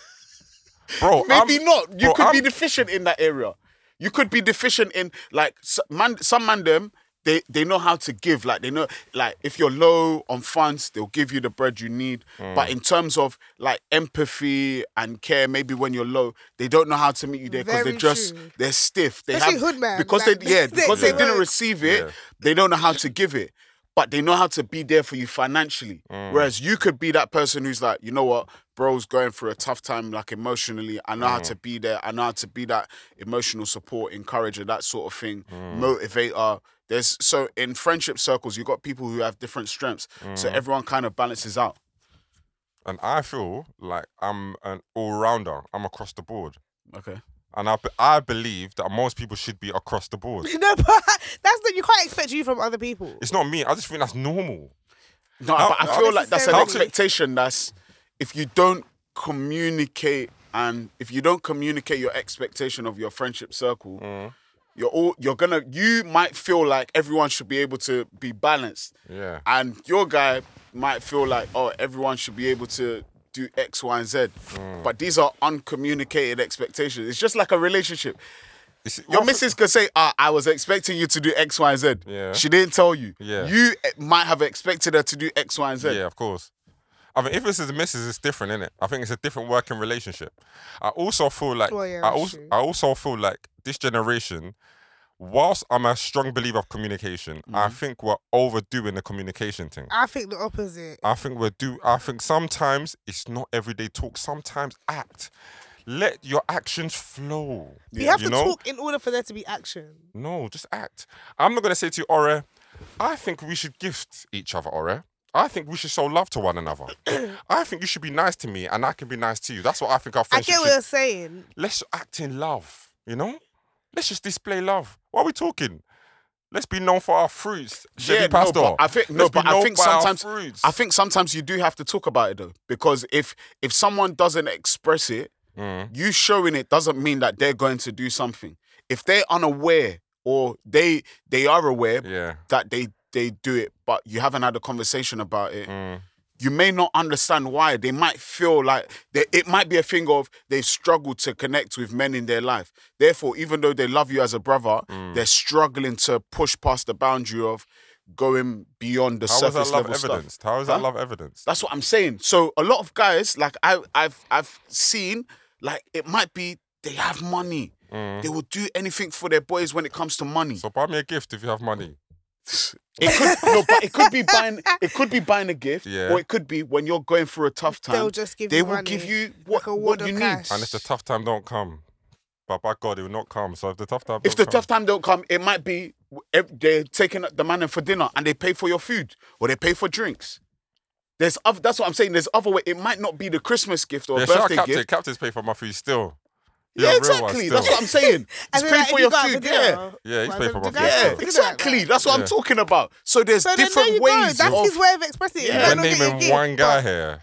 S3: [laughs]
S1: Bro,
S3: Maybe
S1: I'm-
S3: not. You
S1: bro,
S3: could be
S1: I'm-
S3: deficient in that area. You could be deficient in like s- man, some man them they they know how to give. Like they know like if you're low on funds, they'll give you the bread you need.
S1: Hmm.
S3: But in terms of like empathy and care, maybe when you're low, they don't know how to meet you there because they
S2: Very
S3: just
S2: true.
S3: they're stiff. They
S2: Especially
S3: have
S2: hood man,
S3: because
S2: like,
S3: they yeah
S2: [laughs] they-
S3: because they,
S1: they
S3: didn't
S2: won't-
S3: receive it.
S1: Yeah.
S3: They don't know how to give it. But they know how to be there for you financially. Whereas you could be that person who's like, you know what, bro's going through a tough time, like emotionally. I know how to be there. I know how to be that emotional support, encourager, that sort of thing, motivator. There's so in friendship circles, you've got people who have different strengths. So everyone kind of balances out.
S1: and I feel like I'm an all rounder. I'm across the board,
S3: Okay.
S1: and I, be- I believe that most people should be across the board.
S2: no, but that's the you can't expect you from other people.
S1: It's not me. I just think that's normal.
S3: No,
S1: How-
S3: but I
S1: how-
S3: feel like that's an
S2: How-
S3: expectation that's if you don't communicate and if you don't communicate your expectation of your friendship circle,
S1: Mm.
S3: you're all you're gonna you might feel like everyone should be able to be balanced.
S1: Yeah.
S3: And your guy might feel like, oh, everyone should be able to do X, Y, and Z.
S1: Mm.
S3: But these are uncommunicated expectations. It's just like a relationship.
S1: It's-
S3: Your
S1: also-
S3: missus could say, ah, I was expecting you to do X, Y, and Z.
S1: Yeah.
S3: She didn't tell you.
S1: Yeah.
S3: You eh, might have expected her to do X, Y, and Z.
S1: Yeah, of course. I mean, if it's a missus, it's different, innit? I think it's a different working relationship. I also feel like
S2: Well, yeah,
S1: I
S2: that's
S1: also
S2: true.
S1: I also feel like this generation, whilst I'm a strong believer of communication, I think we're overdoing the communication thing.
S2: I think the opposite.
S3: Uh,
S1: I think we're do I think sometimes it's not everyday talk. Sometimes act. Let your actions flow.
S2: You have
S1: you
S2: to
S1: know?
S2: talk in order for there to be action.
S1: No, just act. I'm not gonna say to you, Ore, I think we should gift each other, Ore. I think we should show love to one
S3: [coughs]
S1: another. I think you should be nice to me and I can be nice to you. That's what I think our
S2: I
S1: friendship
S2: get what
S1: should-
S2: you're saying.
S1: Let's act in love, you know? Let's just display love. What are we talking? Let's be known for our fruits. Chevy Pastor.
S3: No, but I think no,
S1: Let's be
S3: but I
S1: known
S3: think
S1: by our
S3: sometimes
S1: fruits.
S3: I think sometimes you do have to talk about it though, because if if someone doesn't express it,
S1: Mm.
S3: you showing it doesn't mean that they're going to do something. If they're unaware or they they are aware
S1: Yeah. Mm.
S3: that they they do it, but you haven't had a conversation about it, you may not understand why they might feel like they, it might be a thing of they've struggled to connect with men in their life therefore even though they love you as a brother
S1: Mm.
S3: they're struggling to push past the boundary of going beyond the
S1: How is
S3: surface
S1: that love
S3: level stuff
S1: evidenced? How is
S3: Huh?
S1: that love evidenced?
S3: that's what I'm saying. So a lot of guys, like I, I've, I've seen, like it might be they have money.
S1: Mm.
S3: They will do anything for their boys when it comes to money.
S1: So buy me a gift if you have money.
S3: It could no, but it could be buying. It could be buying a gift,
S1: Yeah.
S3: or it could be when you're going through a tough time.
S2: They'll just give
S3: They
S2: you
S3: will
S2: money,
S3: give you what,
S2: like a
S3: what
S2: wad
S3: you need.
S2: of cash.
S1: And if the tough time don't come, but by God, it will not come. So if the tough time
S3: If the
S1: don't
S3: tough
S1: come-
S3: time don't come, it might be if they're taking the man in for dinner and they pay for your food or they pay for drinks. There's other, that's what I'm saying. There's other way. It might not be the Christmas gift or
S1: yeah, shout out
S3: birthday
S1: captain.
S3: gift.
S1: Captain's pay for my food still. You're
S3: Yeah,
S1: a real one
S3: exactly. That's
S1: still.
S3: what I'm saying. Just
S2: [laughs] And then,
S3: pay
S2: like, if
S3: for
S2: you
S3: your
S2: go out for
S3: food.
S2: dinner,
S3: Yeah.
S1: Yeah, he's
S2: why
S1: paid for
S2: don't
S1: my
S2: you
S1: food,
S2: guys
S1: yeah.
S2: think about
S3: exactly.
S2: that?
S3: That's what
S1: Yeah.
S3: I'm talking about. So there's
S2: So then there
S3: different
S2: you
S3: ways.
S2: go. That's
S3: of-
S2: his way of expressing it. You
S3: Yeah.
S2: might
S1: We're
S2: not get
S1: naming
S2: your gift,
S1: one guy
S2: but-
S1: here.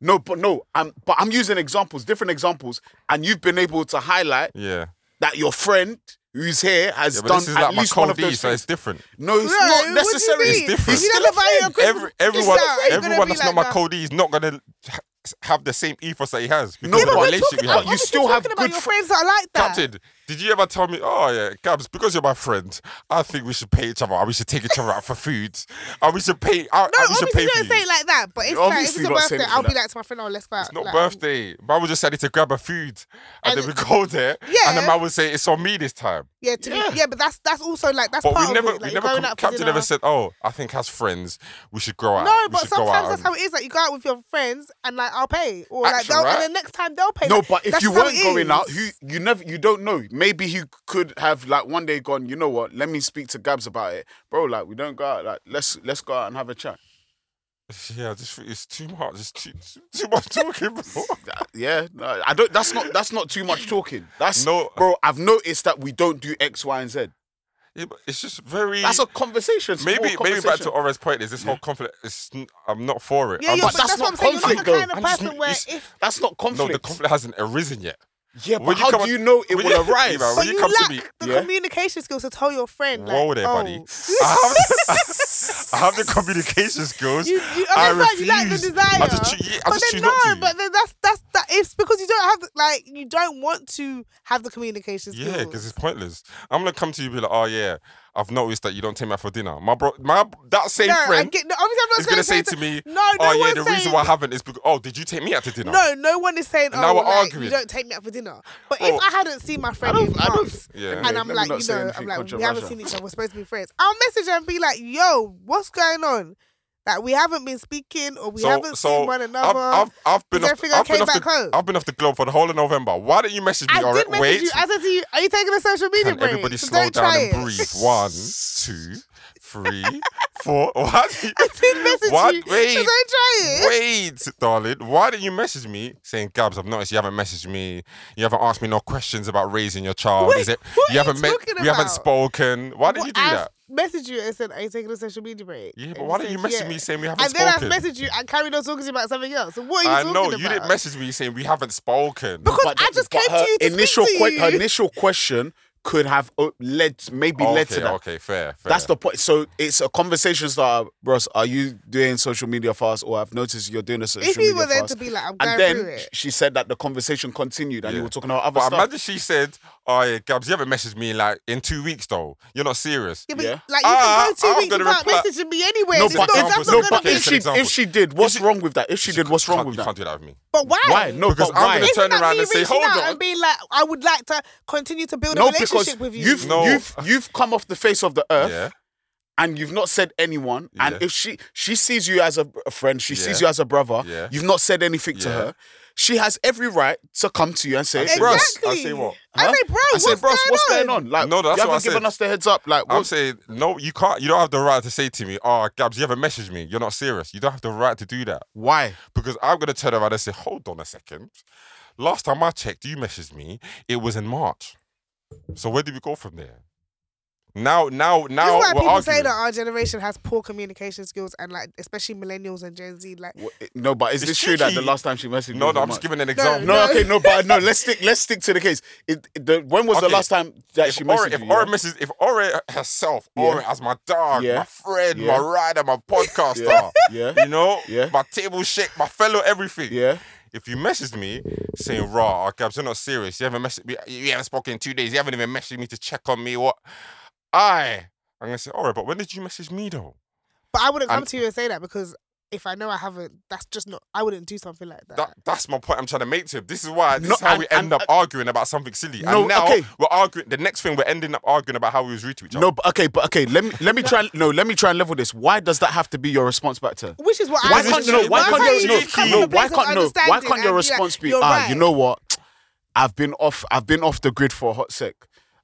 S3: no, but no. I'm but I'm using examples, different examples, and you've been able to highlight
S1: Yeah.
S3: that your friend who's here has
S1: Yeah, but
S3: done
S1: this is
S3: at
S1: like my
S3: least one of
S1: Cody,
S3: those
S1: so it's
S3: things.
S1: different.
S3: No, it's
S2: No, what do
S3: not
S2: you
S3: necessary.
S2: mean?
S1: It's different.
S2: You
S3: He's
S2: don't
S3: still a
S2: buy your
S3: friend.
S2: Christmas
S1: Every, everyone,
S2: gift out. You're gonna
S1: everyone
S2: be
S1: that's
S2: like
S1: not my
S2: that.
S1: Cody is not gonna ha- have the same ethos that he has because
S3: No,
S1: of
S3: but
S1: the
S3: we're
S1: relationship we
S3: talking
S1: have.
S3: about you still have
S2: talking about
S3: good
S2: your
S3: fr-
S2: friends that are like that.
S1: Captain, did you ever tell me, oh yeah, Gabs, because you're my friend, I think we should pay each other. and We should take each other out for food. And we should pay. I,
S2: No,
S1: and we should
S2: obviously
S1: pay
S2: you
S1: for
S2: don't
S1: you.
S2: say it like that. But if,
S3: You're
S2: like, if
S3: obviously
S2: it's a
S3: not saying
S2: birthday,
S3: it for
S2: I'll be
S3: that.
S2: like to my friend, "Oh, let's go out."
S1: it's not
S2: like,
S1: birthday. Man would just say I need to grab a food. And, then
S2: And-
S1: we [laughs] go there. And the
S2: Yeah.
S1: man would say, it's on me this time.
S2: Yeah, to yeah.
S3: Yeah.
S2: Be, yeah, but that's that's also like that's
S1: But
S2: part
S1: we never,
S2: of it. Like,
S1: we
S2: you're
S1: never,
S2: going
S1: com-
S2: out for
S1: Captain
S2: dinner.
S1: never said, oh, I think as friends, we should grow out.
S2: No,
S1: we
S2: but
S1: should go
S2: sometimes
S1: out
S2: that's
S1: and-
S2: how it is. Like you go out with your friends and like I'll pay, or like
S1: Actually,
S2: they'll,
S1: right?
S2: and then next time they'll pay.
S3: No,
S2: Like,
S3: but if
S2: that's
S3: you
S2: how
S3: weren't
S2: it
S3: going out,
S2: is.
S3: you you never you don't know. Maybe he could have like one day gone. You know what? Let me speak to Gabs about it, bro. Like we don't go out. Like let's let's go out and have a chat.
S1: [laughs] Yeah, I just think it's too much. It's too, too, too much [laughs] talking, bro.
S3: Uh, yeah, no, I don't. That's not that's not too much talking. That's
S1: No.
S3: no, bro. I've noticed that we don't do X, Y, and Z.
S1: Yeah, but it's just very.
S3: That's a conversation. small
S1: maybe maybe back to
S3: conversation.
S1: Ora's point is this whole conflict. It's, n- I'm not for it.
S2: Yeah,
S1: I'm
S2: yeah, but
S1: just-
S2: that's,
S3: that's
S2: what I'm
S3: not
S2: saying. You're not
S3: conflict,
S2: the
S3: though.
S2: kind of
S1: I'm just-
S2: person where
S1: it's-
S2: if
S3: That's not
S1: no,
S3: conflict.
S1: the conflict hasn't arisen yet.
S3: yeah,
S1: when
S3: but
S1: you
S3: how
S1: come
S3: do
S1: on-
S3: you know it
S1: when
S3: will
S1: you-
S3: arise?
S1: Eva,
S2: but
S1: when
S2: you,
S1: you come to
S2: lack
S1: me-
S2: the
S3: Yeah.
S2: communication skills to tell your friend.
S1: Whoa
S2: like,
S1: there,
S2: oh, [laughs]
S1: buddy. [laughs] I have, [laughs] I have the communication skills.
S2: You, you
S1: I
S2: understand you lack the
S1: refuse.
S2: desire.
S1: I just, choo- yeah, I
S2: but
S1: just choose
S2: then no,
S1: not to.
S2: but then that's that's that. It's because you don't have the- like you don't want to have the communication skills.
S1: yeah, because it's pointless. I'm gonna come to you and be like, oh yeah, I've noticed that you don't take me out for dinner. My bro, my that same
S2: no, I
S1: friend
S2: get, no, obviously I'm not
S1: is gonna say
S2: saying
S1: to me,
S2: No, no
S1: oh yeah,
S2: one's
S1: the
S2: saying,
S1: reason why I haven't is because oh, did you take me out to dinner?
S2: No, no one is saying, oh,
S1: now we're
S2: like, you
S1: arguing. Oh.
S2: don't take me out for dinner. But
S1: Bro,
S2: if I hadn't seen my
S3: I
S2: friend in
S3: don't. I
S2: months,
S3: don't.
S1: Yeah.
S3: Anyway,
S2: and I'm
S3: let me
S2: like,
S3: not
S2: you
S3: say
S2: know,
S3: anything
S2: I'm like, we haven't
S3: controversial.
S2: seen each other. We're supposed to be friends. I'll message her and be like, yo, what's going on? Like, we haven't been speaking or we haven't seen one another.
S1: I've, I've, I've been
S2: Is
S1: off,
S2: everything
S1: I've been
S2: okay
S1: off
S2: back
S1: the,
S2: home?
S1: I've been off the globe for the whole of November. Why don't you message me?
S2: I
S1: All
S2: did
S1: right,
S2: message
S1: wait.
S2: you. I said to you, are you taking a social media
S1: Can
S2: break?
S1: everybody
S2: So
S1: slow
S2: don't
S1: down
S2: try
S1: and
S2: it. [laughs]
S1: breathe? One, two, three, four. [laughs] Why? do you-
S2: I did message
S1: What?
S2: you.
S1: Wait.
S2: So don't try it.
S1: Wait, darling. Why didn't you message me saying, Gabs, I've noticed you haven't messaged me. You haven't asked me no questions about raising your child.
S2: Wait,
S1: Is it,
S2: what are you
S1: haven't met-
S2: talking
S1: We haven't
S2: about?
S1: spoken. Why did
S2: Well,
S1: you do
S2: I've
S1: that?
S2: Messaged you and said, "Are you taking a social media break?"
S1: Yeah,
S2: And
S1: but why didn't you
S2: said,
S1: message
S2: "Yeah."
S1: me saying we haven't
S2: And then
S1: spoken?
S2: I messaged you and carried on talking to you about something else. So what are you
S1: I
S2: talking
S1: know
S2: about?
S1: you didn't message me saying we haven't spoken.
S2: because
S3: But
S2: I
S3: the-
S2: just
S3: but
S2: came
S3: her
S2: to you to
S3: initial
S2: speak to
S3: que-
S2: you.
S3: Her initial question could have uh, led, maybe
S1: okay,
S3: led to that.
S1: okay, fair, fair.
S3: That's the point. So it's a conversation starter, bros. Are you doing social media fast, or I've noticed you're doing a social
S2: if
S3: media
S2: you were there
S3: fast?
S2: to be like, I'm going
S3: and
S2: through
S3: then
S2: it.
S3: she said that the conversation continued, and
S1: Yeah.
S3: you were talking about other
S1: But
S3: stuff.
S1: imagine she said, "Oh yeah, Gabs, you haven't messaged me like in two weeks though. You're not serious."
S2: Yeah, but
S3: Yeah.
S1: Ah,
S2: like you can go
S1: I'm
S2: two weeks
S1: gonna
S2: without
S1: reply-
S2: messaging me anyway.
S3: no,
S2: It's
S3: but,
S2: not-
S1: example,
S2: that's
S3: if,
S2: not
S1: no,
S2: gonna
S3: but
S2: be-
S1: okay,
S3: if
S1: it's an
S3: she
S1: example.
S3: if she did, what's
S1: she-
S3: wrong with that? If she did, what's wrong
S1: Can't-
S3: with
S1: you
S3: that?
S1: can't do that with me.
S2: But why?
S3: Why? No,
S1: Because
S3: but
S1: I'm
S3: why?
S1: gonna
S2: Isn't
S1: turn
S2: that
S1: around
S2: me
S1: and say,
S2: reaching
S1: "Hold
S2: out
S1: on."
S2: and being like, I would like to continue to build a
S3: No, because
S2: relationship with you.
S3: you've
S1: No.
S3: you've you've come off the face of the earth.
S1: Yeah,
S3: and you've not said anyone,
S1: Yeah.
S3: and if she she sees you as a, a friend, she sees
S1: Yeah.
S3: you as a brother,
S1: Yeah.
S3: you've not said anything to
S1: Yeah.
S3: her, she has every right to come to you and say,
S1: That's it.
S3: "Bros,
S1: Exact-
S2: exactly.
S1: I say what?
S2: I
S3: huh?
S2: say, bro,
S3: I
S2: what's,
S3: say, "Bros, what's going on? Like,
S1: No, that's
S3: you
S1: what I
S3: haven't given
S1: said.
S3: us the heads up. Like,
S1: I'm
S3: what?
S1: saying no. You can't. You don't have the right to say to me, "Oh, Gabs, you haven't messaged me. You're not serious." You don't have the right to do that
S3: why?
S1: because I'm gonna turn around and say, "Hold on a second. Last time I checked, you messaged me. It was in March. So where do we go from there? Now, now,
S2: This
S1: now
S2: is why
S1: we're
S2: people
S1: arguing.
S2: say that our generation has poor communication skills and like especially millennials and Gen Z. Like,
S3: Wha- No, but is
S1: It's
S3: this true that the
S1: tricky.
S3: last time she messaged me?
S1: No,
S3: was
S1: no,
S3: a
S1: I'm just
S3: month?
S1: giving an example.
S3: No, okay, no, but no. Let's stick. Let's stick to the case. It, it- the, when was
S1: Okay.
S3: the last time that
S1: if
S3: she
S1: Ora,
S3: messaged
S1: if
S3: you?
S1: Ora
S3: yeah?
S1: misses, if Ora herself,
S3: Yeah.
S1: Ora as my dog,
S3: Yeah.
S1: my friend,
S3: [laughs] Yeah.
S1: my rider, my podcaster,
S3: Yeah.
S1: you know,
S3: Yeah.
S1: my table shake, my fellow, everything.
S3: Yeah.
S1: If you messaged me saying, "Raw, our Gabs, you're not serious. You haven't messaged me. You haven't spoken in two days. You haven't even messaged me to check on me. What?" I, I'm gonna say, "Ora, but when did you message me though?"
S2: but I wouldn't come
S1: And-
S2: to you and say that because if I know I haven't, that's just not. I wouldn't do something like that.
S1: That, that's my point I'm trying to make to him. This is why this
S3: No,
S1: is how
S3: and-
S1: we end
S3: and- uh,
S1: up arguing about something silly.
S3: No,
S1: and now
S3: okay.
S1: we're arguing the next thing we're ending up arguing about how we was rude to each other.
S3: No, but okay, but okay. Let me let me try. and- No, let me try and level this. Why does that have to be your response back to her?
S2: Which is what
S3: Why
S2: I.
S3: can't
S1: Because
S3: no?
S1: she-
S3: Why
S1: because
S3: can't
S1: she
S3: your
S1: didn't come
S3: no?
S1: from
S2: a
S1: a
S3: Why
S2: place of
S3: can't no? Why
S2: understanding
S3: can't your
S2: and be like,
S3: response be?
S2: "You're
S3: Ah, you
S2: right."
S3: know what? I've been off. I've been off the grid for a hot sec.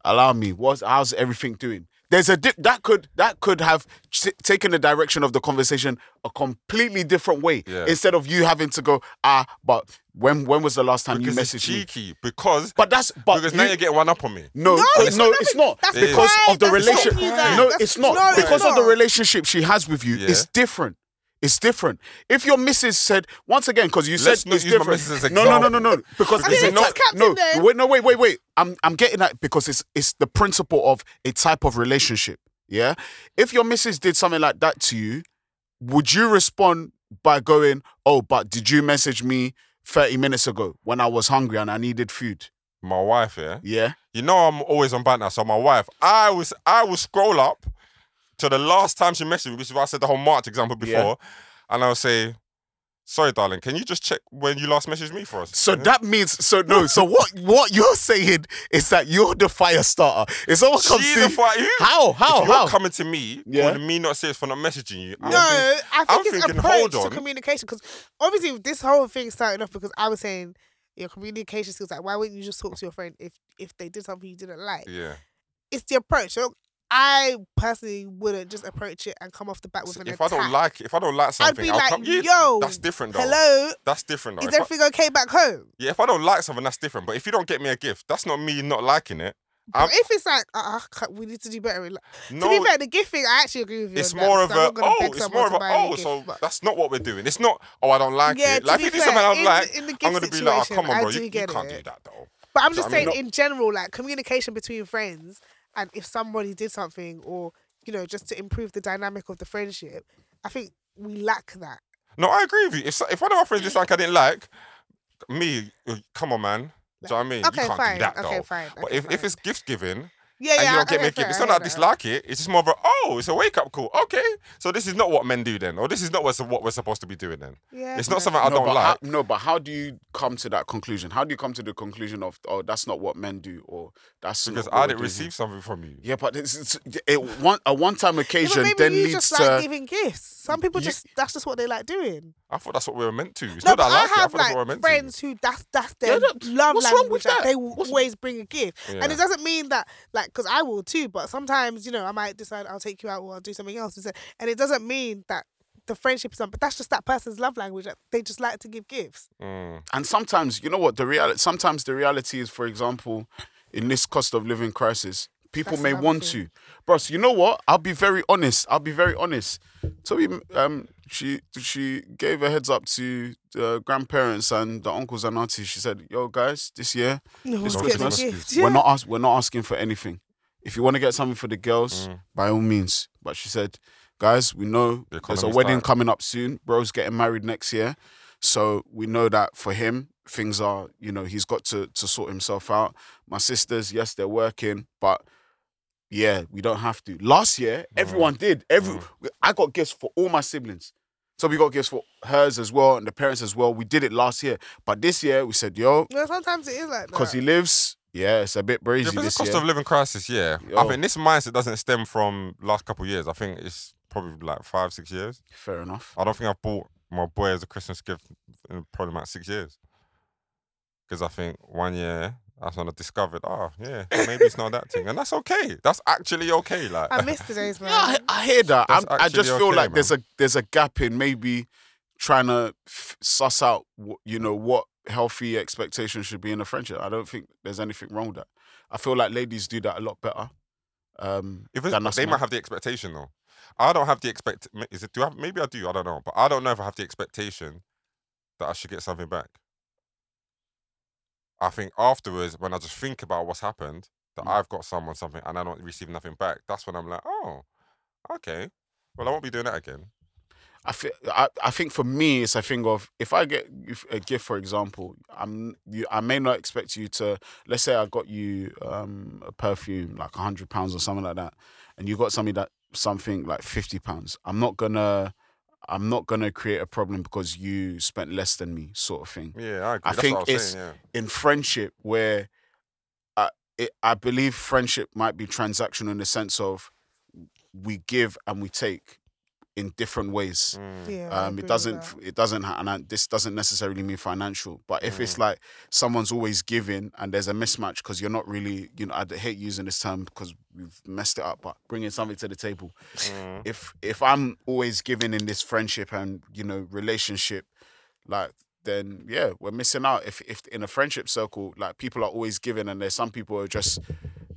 S3: Allow me. What's how's everything doing? There's a dip that could that could have t- taken the direction of the conversation a completely different way
S1: Yeah.
S3: instead of you having to go ah. But when when was the last time
S1: because
S3: you
S1: it's
S3: messaged me?
S1: cheeky. Because
S3: But that's but
S1: because
S3: you-
S1: now you're getting one up on me.
S3: No,
S2: No,
S3: but
S2: it's
S3: no,
S2: not.
S3: it's not
S2: That's
S3: because
S2: pride.
S3: of the
S2: That's
S3: relationship.
S2: cheeky, that.
S3: No,
S2: That's-
S3: it's not
S2: no, it's
S3: because of
S2: not.
S3: the relationship she has with you.
S1: Yeah.
S3: It's different. It's different. If your missus said once again, because you
S1: Let's
S3: said
S1: not
S3: it's
S1: use my
S3: different.
S1: missus as
S3: no, no, no, no, no.
S1: example.
S3: Because
S1: I mean,
S3: it's
S1: it's
S3: not.
S2: just
S3: No,
S2: captain then.
S3: wait, no, wait, wait, wait. I'm I'm getting that because it's it's the principle of a type of relationship. Yeah. If your missus did something like that to you, would you respond by going, "Oh, but did you message me 30 minutes ago when I was hungry and I needed food?"
S1: My wife, yeah.
S3: Yeah.
S1: You know I'm always on banter, so my wife, I was I will scroll up to the last time she messaged me, which is why I said the whole March example
S3: Yeah.
S1: before, and I'll say, Sorry, darling, can you just check when you last messaged me for us?
S3: So that means so no. So what what you're saying is that you're the fire starter. If someone comes
S1: She's
S3: to
S1: a fire-
S3: you, how how
S1: if you're
S3: how?
S1: coming to me
S3: Yeah.
S1: calling me not serious for not messaging you, I'm
S2: No,
S1: thinking-
S2: I think
S1: I'm
S2: it's
S1: thinking,
S2: approach
S1: hold
S2: to
S1: on.
S2: communication because obviously this whole thing started off because I was saying your communication skills. Like, why wouldn't you just talk to your friend if if they did something you didn't like?
S1: yeah.
S2: It's the approach. So I personally wouldn't just approach it and come off the bat with
S1: So
S2: an
S1: if
S2: attack.
S1: I don't like if I don't like
S2: I'd
S1: something,
S2: be
S1: will
S2: like,
S1: come, yeah,
S2: yo,
S1: that's different though.
S2: hello,
S1: That's different though.
S2: is
S1: If I-
S2: everything okay back home?
S1: yeah, if I don't like something, that's different. But if you don't get me a gift, that's not me not liking it. I'm-
S2: But if it's like, uh, uh, we need to do better. in li-
S1: No,
S2: to be fair, the gift thing, I actually agree with you.
S1: it's
S2: on that,
S1: more of
S2: because I'm
S1: a
S2: not gonna
S1: oh,
S2: beg
S1: it's
S2: someone
S1: more of
S2: to
S1: a
S2: buy me
S1: oh,
S2: gift,
S1: so
S2: but-
S1: that's not what we're doing. It's not oh, I don't like
S2: Yeah,
S1: it.
S2: to
S1: Like
S2: be
S1: if you do
S2: fair,
S1: something I don't
S2: in the-
S1: like,
S2: in the
S1: I'm
S2: gift
S1: gonna be like, oh, come
S2: situation,
S1: on,
S2: I
S1: bro,
S2: do
S1: you, you
S2: get
S1: can't
S2: it.
S1: do that though.
S2: But I'm
S1: Do you
S2: just
S1: know what I
S2: saying,
S1: mean?
S2: in general, like communication between friends, and if somebody did something, or you know, just to improve the dynamic of the friendship, I think we lack that.
S1: No, I agree with you. If so- if one of my
S2: Mm.
S1: friends did something I didn't like, me, uh, come on, man. Do you know what I mean?
S2: Okay,
S1: you can't
S2: fine.
S1: do that
S2: Okay,
S1: though.
S2: fine.
S1: But
S2: Okay,
S1: if, if
S2: fine.
S1: it's gift giving
S2: Yeah,
S1: and
S2: yeah.
S1: you don't get
S2: okay,
S1: me a gift,
S2: fair,
S1: it's
S2: I
S1: not that I
S2: hear that.
S1: dislike it. It's just more of a oh, it's a wake up call. Okay, so this is not what men do then, or this is not what's- what we're supposed to be doing then.
S2: Yeah,
S1: it's not
S2: fair.
S1: something I
S3: no,
S1: don't
S3: but
S1: like.
S3: how, no, but how do you come to that conclusion? How do you come to the conclusion of oh, that's not what men do, or that's not
S1: because
S3: what
S1: I
S3: we're
S1: didn't
S3: doing
S1: receive something from you.
S3: here? Yeah, but it's, it's, it, one a one time
S2: Yeah,
S3: occasion
S2: but maybe
S3: then
S2: you
S3: leads
S2: just
S3: to
S2: like giving gifts. Some people
S3: You-
S2: just that's just what they like doing.
S1: I thought that's what we were meant to. It's
S2: No,
S1: not that
S2: but
S1: I like it. I
S2: have
S1: thought that's what we were
S2: like
S1: meant to.
S2: friends who that's that's their
S3: Yeah, that-
S2: love
S3: what's wrong with
S2: language. like,
S3: that?
S2: they will
S3: What's-
S2: always bring a gift, and
S1: Yeah.
S2: it doesn't mean that like because I will too. But sometimes you know I might decide I'll take you out or I'll do something else, instead. and it doesn't mean that the friendship is on. But that's just that person's love language. Like, they just like to
S3: [laughs]
S2: give gifts.
S1: Mm,
S3: and sometimes you know what the reality sometimes the reality is for example in this cost of living crisis people
S2: That's
S3: may
S2: another
S3: want
S2: thing.
S3: to bros you know what i'll be very honest i'll be very honest toby um she she gave a heads up to the grandparents and the uncles and aunties she said yo guys this year
S2: No
S3: It's
S2: one's
S3: Christmas.
S2: getting a gift.
S3: we're
S2: Yeah.
S3: not ask, we're not asking for anything if you want to get something for the girls by all means but she said guys we know
S1: Mm. The
S3: there's a
S1: economy's
S3: wedding
S1: tight.
S3: coming up soon bro's getting married next year so we know that for him, things are, you know, he's got to to sort himself out. My sisters, yes, they're working, but yeah, we don't have to. Last year,
S1: Mm.
S3: everyone did. Every I got gifts for all my siblings. So we got gifts for hers as well and the parents as well. We did it last year. But this year we said, yo,
S2: No, sometimes it is like that.
S3: because he lives, yeah, it's a bit
S1: Yeah,
S3: breezy
S1: but it's
S3: this
S1: a cost
S3: year.
S1: of living crisis, yeah. I
S3: Yo.
S1: think this mindset doesn't stem from last couple of years. I think it's probably like five, six years.
S3: Fair enough.
S1: I don't think I've bought my boy as a Christmas gift in probably about six years. Because I think one year, that's when I discovered, oh, yeah, maybe it's not that thing. And that's okay. That's actually okay. Like,
S2: [laughs] I miss today's
S3: [laughs]
S2: man.
S3: Yeah, I, I hear that. I'm,
S1: That's
S3: I just
S1: actually
S3: feel
S1: okay,
S3: like there's a there's a gap in maybe trying to f- suss out wh- you know what healthy expectations should be in a friendship. I don't think there's anything wrong with that. I feel like ladies do that a lot better. um,
S1: If it's,
S3: than us
S1: they
S3: men.
S1: might have the expectation though. I don't have the expect. ma- Is it? Do I? Maybe I do. I don't know. But I don't know if I have the expectation that I should get something back. I think afterwards, when I just think about what's happened, that
S3: Mm.
S1: I've got someone something and I don't receive nothing back. That's when I'm like, oh, okay. Well, I won't be doing that again.
S3: I, feel, I, I think for me it's a thing of if I get if a gift for example I'm you, I may not expect you to let's say I got you um, a perfume like a hundred pounds or something like that and you got something that something like fifty pounds I'm not gonna I'm not gonna create a problem because you spent less than me sort of thing
S1: Yeah, I agree.
S3: I
S1: That's
S3: think
S1: what I was
S3: it's-
S1: saying. Yeah.
S3: in friendship where I it, I believe friendship might be transactional in the sense of we give and we take in different ways.
S1: Mm.
S2: Yeah. I
S3: Um,
S2: agree
S3: it
S2: with
S3: doesn't.
S2: that.
S3: It doesn't. ha- And I, this doesn't necessarily mean financial. But if it's like someone's always giving and there's a mismatch because you're not really, you know, I hate using this term because we've messed it up. But bringing something to the table.
S1: Mm.
S3: If if I'm always giving in this friendship and you know relationship, like then yeah, we're missing out. If if in a friendship circle, like people are always giving and there's some people who are just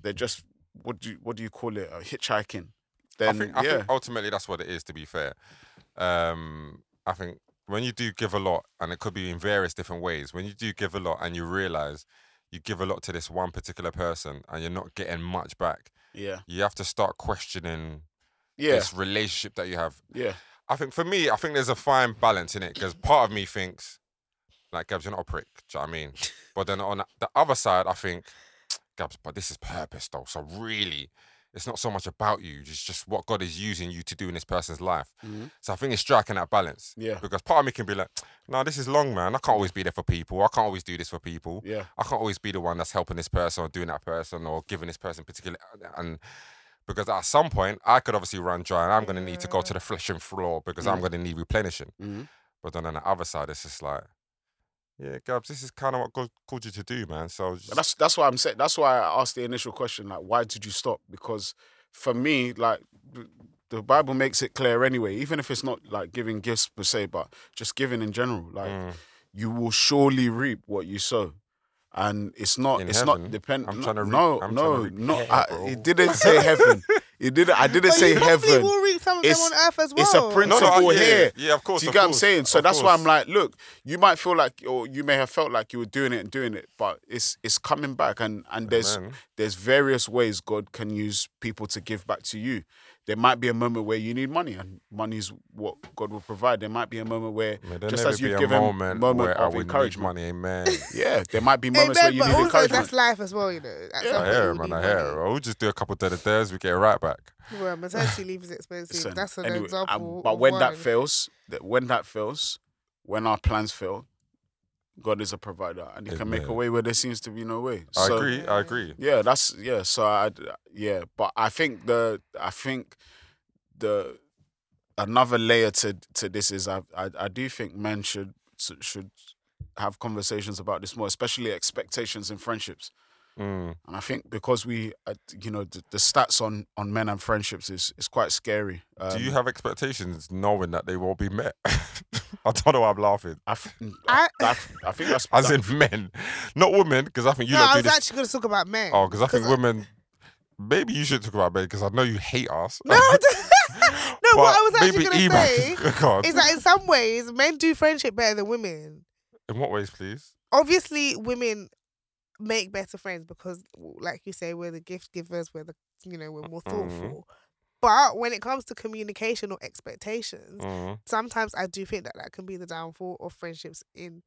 S3: they're just what do you, what do you call it? Uh, hitchhiking. Then
S1: I think, I
S3: yeah.
S1: think ultimately that's what it is. To be fair, um, I think when you do give a lot, and it could be in various different ways. When you do give a lot, and you realize you give a lot to this one particular person, and you're not getting much back,
S3: yeah.
S1: you have to start questioning
S3: Yeah.
S1: this relationship that you have.
S3: Yeah.
S1: I think for me, I think there's a fine balance in it because part of me thinks, like, Gabs, you're not a prick. Do you know what I mean? But then on the other side, I think, Gabs, but this is purpose though. So really, it's not so much about you. It's just what God is using you to do in this person's life. So I think it's striking that balance.
S3: Yeah.
S1: Because part of me can be like, no, this is long, man. I can't always be there for people. I can't always do this for people.
S3: Yeah.
S1: I can't always be the one that's helping this person or doing that person or giving this person particular and because at some point I could obviously run dry and I'm gonna need to go to the threshing floor because I'm gonna need replenishing.
S3: Mhm.
S1: But then on the other side it's just like, yeah, Gabs, this is kind of what God called you to do, man. So just,
S3: But that's that's why I'm saying. That's why I asked the initial question, like, why did you stop? Because for me, like, th- the Bible makes it clear anyway. Even if it's not like giving gifts per se, but just giving in general, like,
S1: Mm.
S3: you will surely reap what you sow. And it's not.
S1: In
S3: it's
S1: heaven?
S3: not dependent.
S1: I'm tryna reap-
S3: no,
S1: I'm
S3: no,
S1: tryna reap
S3: no.
S1: hell,
S3: I,
S1: bro.
S3: it didn't say heaven. It
S1: [laughs]
S3: didn't. I didn't
S2: But
S3: say
S2: you probably
S3: heaven.
S2: will read some of them
S3: It's-
S2: on earth as well.
S3: It's a
S1: No,
S3: principle
S1: no, yeah,
S3: here.
S1: yeah, of course,
S3: Do you
S1: of
S3: get what I'm
S1: course,
S3: saying? So
S1: of
S3: that's why I'm
S1: course.
S3: like, look, you might feel like, or you may have felt like you were doing it and doing it, but it's it's coming back, and and there's
S1: Amen.
S3: there's various ways God can use people to give back to you. There might be a moment where you need money, and money's what God will provide. There might be a moment where
S1: May there
S3: just
S1: never
S3: as
S1: be
S3: you've
S1: a
S3: given
S1: moment, where I
S3: of
S1: will need
S3: encouragement.
S1: money,
S3: [laughs]
S1: amen.
S3: Yeah, there might be moments where
S2: Amen, but
S3: you need
S2: also
S3: encouragement.
S2: that's life as well, you know. At some
S1: I
S2: point
S1: hear,
S2: we
S1: man.
S2: need
S1: I hear.
S2: money.
S1: We'll just do a couple of days, we get it right back.
S2: Well, maternity leave is expensive.
S3: Listen,
S2: That's an
S3: anyway, um,
S2: example.
S3: but
S2: of
S3: when that
S2: one.
S3: fails, that when that fails, when our plans fail, God is a provider, and He can make a
S1: Amen.
S3: way where there seems to be no way.
S1: I
S3: So,
S1: agree. I agree.
S3: Yeah, that's yeah. So I yeah, but I think the I think the another layer to to this is I I, I do think men should should have conversations about this more, especially expectations in friendships.
S1: Mm.
S3: And I think because we, uh, you know, the, the stats on, on men and friendships is, is quite scary. Um,
S1: Do you have expectations knowing that they won't be met? [laughs] I don't know why I'm laughing.
S3: I, f- I,
S2: I-
S3: I, I think that's.
S1: As in [laughs] men, not women, because I think you
S2: no,
S1: lot
S2: I
S1: do
S2: was
S1: this.
S2: actually going to talk about men.
S1: Oh, because I think
S2: I-
S1: women. Maybe you should talk about men because I know you hate us.
S2: [laughs]
S1: [laughs]
S2: No, [laughs] no. What I was actually
S1: maybe
S2: going to
S1: Iman-
S2: say
S1: [laughs] God.
S2: is that in some ways, men do friendship better than women.
S1: in what ways, please?
S2: Obviously, women make better friends because, like you say, we're the gift givers. We're the you know we're more thoughtful. But when it comes to communication or expectations,
S1: Mm.
S2: sometimes I do think that that can be the downfall of friendships in